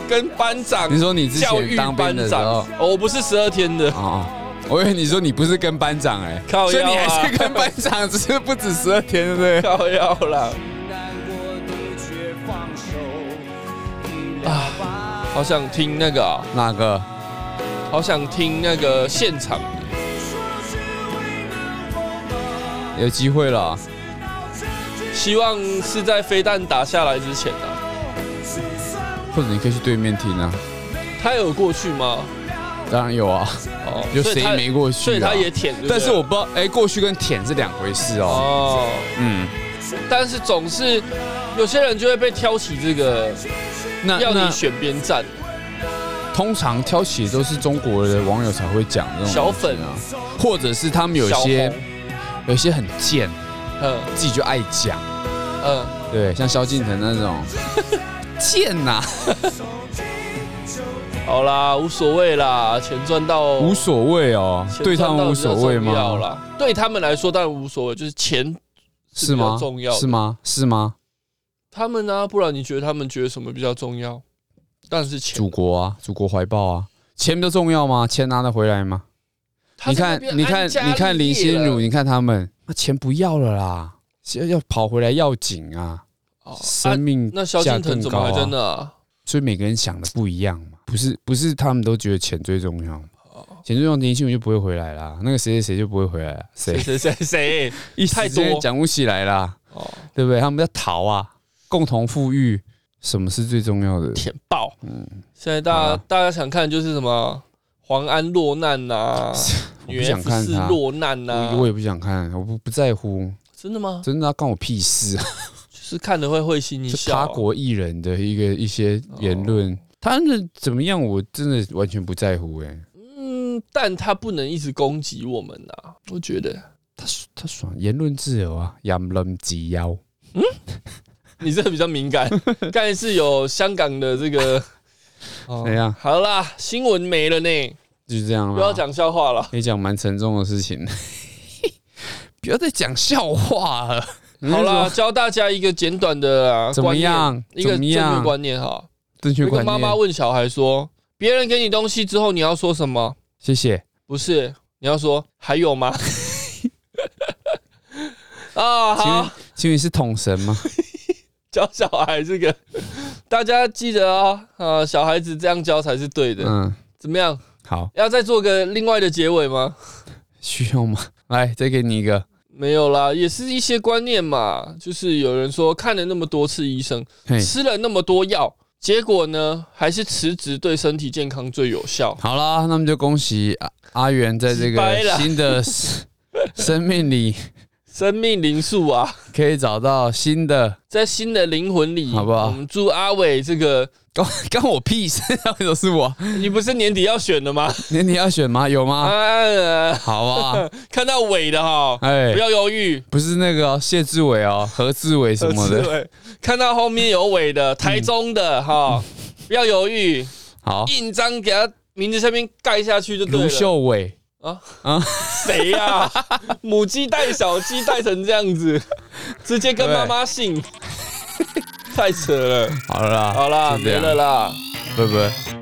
S1: 跟班长，
S2: 你说你之
S1: 教
S2: 前
S1: 育
S2: 当兵
S1: 班
S2: 的时
S1: 长
S2: 候，
S1: 哦我不是十二天的，
S2: 哦，我以为你说你不是跟班长哎、
S1: 靠腰啊
S2: 所以你还是跟班长，只是不止十二天，对不对？
S1: 靠要啦，啊，好想听那个啊、
S2: 哪个？
S1: 好想听那个现场的，
S2: 有机会了，
S1: 希望是在飞弹打下来之前啊。
S2: 或者你可以去对面听啊。
S1: 他有过去吗？
S2: 当然有啊，
S1: 哦，
S2: 有
S1: 所以
S2: 谁
S1: 他
S2: 没过去啊
S1: 所以他也舔，对不对
S2: 但是我不知道，哎、过去跟舔是两回事哦。
S1: 哦，
S2: 嗯，
S1: 但是总是有些人就会被挑起这个，
S2: 那
S1: 要你
S2: 那
S1: 选边站，
S2: 通常挑起都是中国的网友才会讲这种
S1: 小粉
S2: 东西啊，或者是他们有些
S1: 小红
S2: 有些很贱，
S1: 嗯
S2: 自己就爱讲。
S1: 嗯，
S2: 对，像萧敬腾那 种贱呐、
S1: 好啦，无所谓啦，钱赚到
S2: 无所谓哦，
S1: 钱
S2: 对他
S1: 赚到
S2: 们无
S1: 比较
S2: 所谓
S1: 重要
S2: 吗？
S1: 啦，对他们来说当然无所谓，就是钱是
S2: 是
S1: 比较
S2: 吗？
S1: 重要的
S2: 是吗？是吗？
S1: 他们呢、不然你觉得他们觉得什么比较重要？但是钱，
S2: 祖国啊，祖国怀抱啊，钱比较重要吗？钱拿得回来吗？
S1: 他
S2: 你
S1: 在那
S2: 看，
S1: 边
S2: 你看
S1: 安家，
S2: 你看
S1: 立
S2: 林
S1: 业
S2: 心如，
S1: 了
S2: 你看他们，那钱不要了啦，要要跑回来要紧啊，
S1: 哦啊
S2: 生命
S1: 那萧敬
S2: 价
S1: 腾
S2: 更
S1: 怎么还
S2: 高
S1: 在
S2: 啊
S1: 那、啊？
S2: 所以每个人想的不一样嘛，不是不是他们都觉得钱最重要嘛，钱最重要，林心如就不会回来啦，那个谁谁谁就不会回来啦，谁
S1: 谁谁谁谁？
S2: 一
S1: 太
S2: 时间
S1: 多
S2: 讲不起来啦。
S1: 哦，
S2: 对不对？他们在逃啊，共同富裕，什么是最重要的？
S1: 舔爆！
S2: 嗯，
S1: 现在大
S2: 好
S1: 家
S2: 啦
S1: 大家想看就是什么黄安落难呐、啊，
S2: 我
S1: 女
S2: 不想
S1: F
S2: 看
S1: 四
S2: 他，
S1: 落难呐、
S2: 我我也不想看，我不不在乎，
S1: 真的吗？
S2: 真的要干我屁事啊！
S1: 就是看了会会心一
S2: 是
S1: 笑、
S2: 他
S1: 啊。哦
S2: 国艺人的一个一些言论，他们怎么样，我真的完全不在乎哎、
S1: 嗯，但他不能一直攻击我们呐、我觉得
S2: 他他爽，言论自由啊，言论自由。
S1: 你这个比较敏感。 刚才是有香港的这 个，哦
S2: 怎样
S1: 好啦，新闻没了呢，
S2: 哎就是这样了。
S1: 不要，讲笑话了。
S2: 也讲蛮沉重的事情。 不要再讲笑话了。
S1: 好啦，，教大家一个简短的啦，
S2: 嗯怎么
S1: 观
S2: 样
S1: 念一个
S2: 怎
S1: 正
S2: 么
S1: 确
S2: 样
S1: 观念哈。
S2: 正确
S1: 有个
S2: 观
S1: 妈妈
S2: 念。
S1: 问小孩说：“别人给你东西之后，你要说什么？
S2: 谢谢。
S1: 不是，你要说还有吗？” 啊，
S2: 请问
S1: 好，
S2: 请问你是统神吗？
S1: 教小孩这个， 大家记得哦，呃，小孩子这样教才是对的。
S2: 嗯，
S1: 怎么样？
S2: 好。
S1: 要再做个另外的结尾吗？
S2: 需要吗？ 来，再给你一个，
S1: 没有啦，也是一些观念嘛。就是有人说看了那么多次医生，
S2: 嘿，
S1: 吃了那么多药，结果呢还是辞职对身体健康最有效。
S2: 好啦，那么就恭喜阿阿元在这
S1: 失败
S2: 个
S1: 了
S2: 新的生生命里
S1: 生命灵数啊。
S2: 可以找到新的，
S1: 在新的灵魂里，
S2: 好不好
S1: 我们祝阿伟这个，
S2: 关关我屁事， 为什么是我？
S1: 你不是年底要选的吗？
S2: 年底要选吗？有
S1: 啊，
S2: 吗？
S1: 呃
S2: 好啊，
S1: 看到伟的哈，
S2: 哎
S1: 不，要犹豫。
S2: 不是那个哦谢志伟哦，何志伟什么的，嗯
S1: 对， 看到后面有伟的，台中的哈，不要犹豫，
S2: 好，
S1: 印章给他名字下面盖下去就对
S2: 卢
S1: 了。
S2: 秀伟，
S1: 谁 呀？母鸡带小鸡带成这样子，直接跟妈妈姓，太扯了。
S2: 好了啦，
S1: 好啦，
S2: 就这
S1: 没
S2: 样
S1: 了啦。
S2: 拜拜。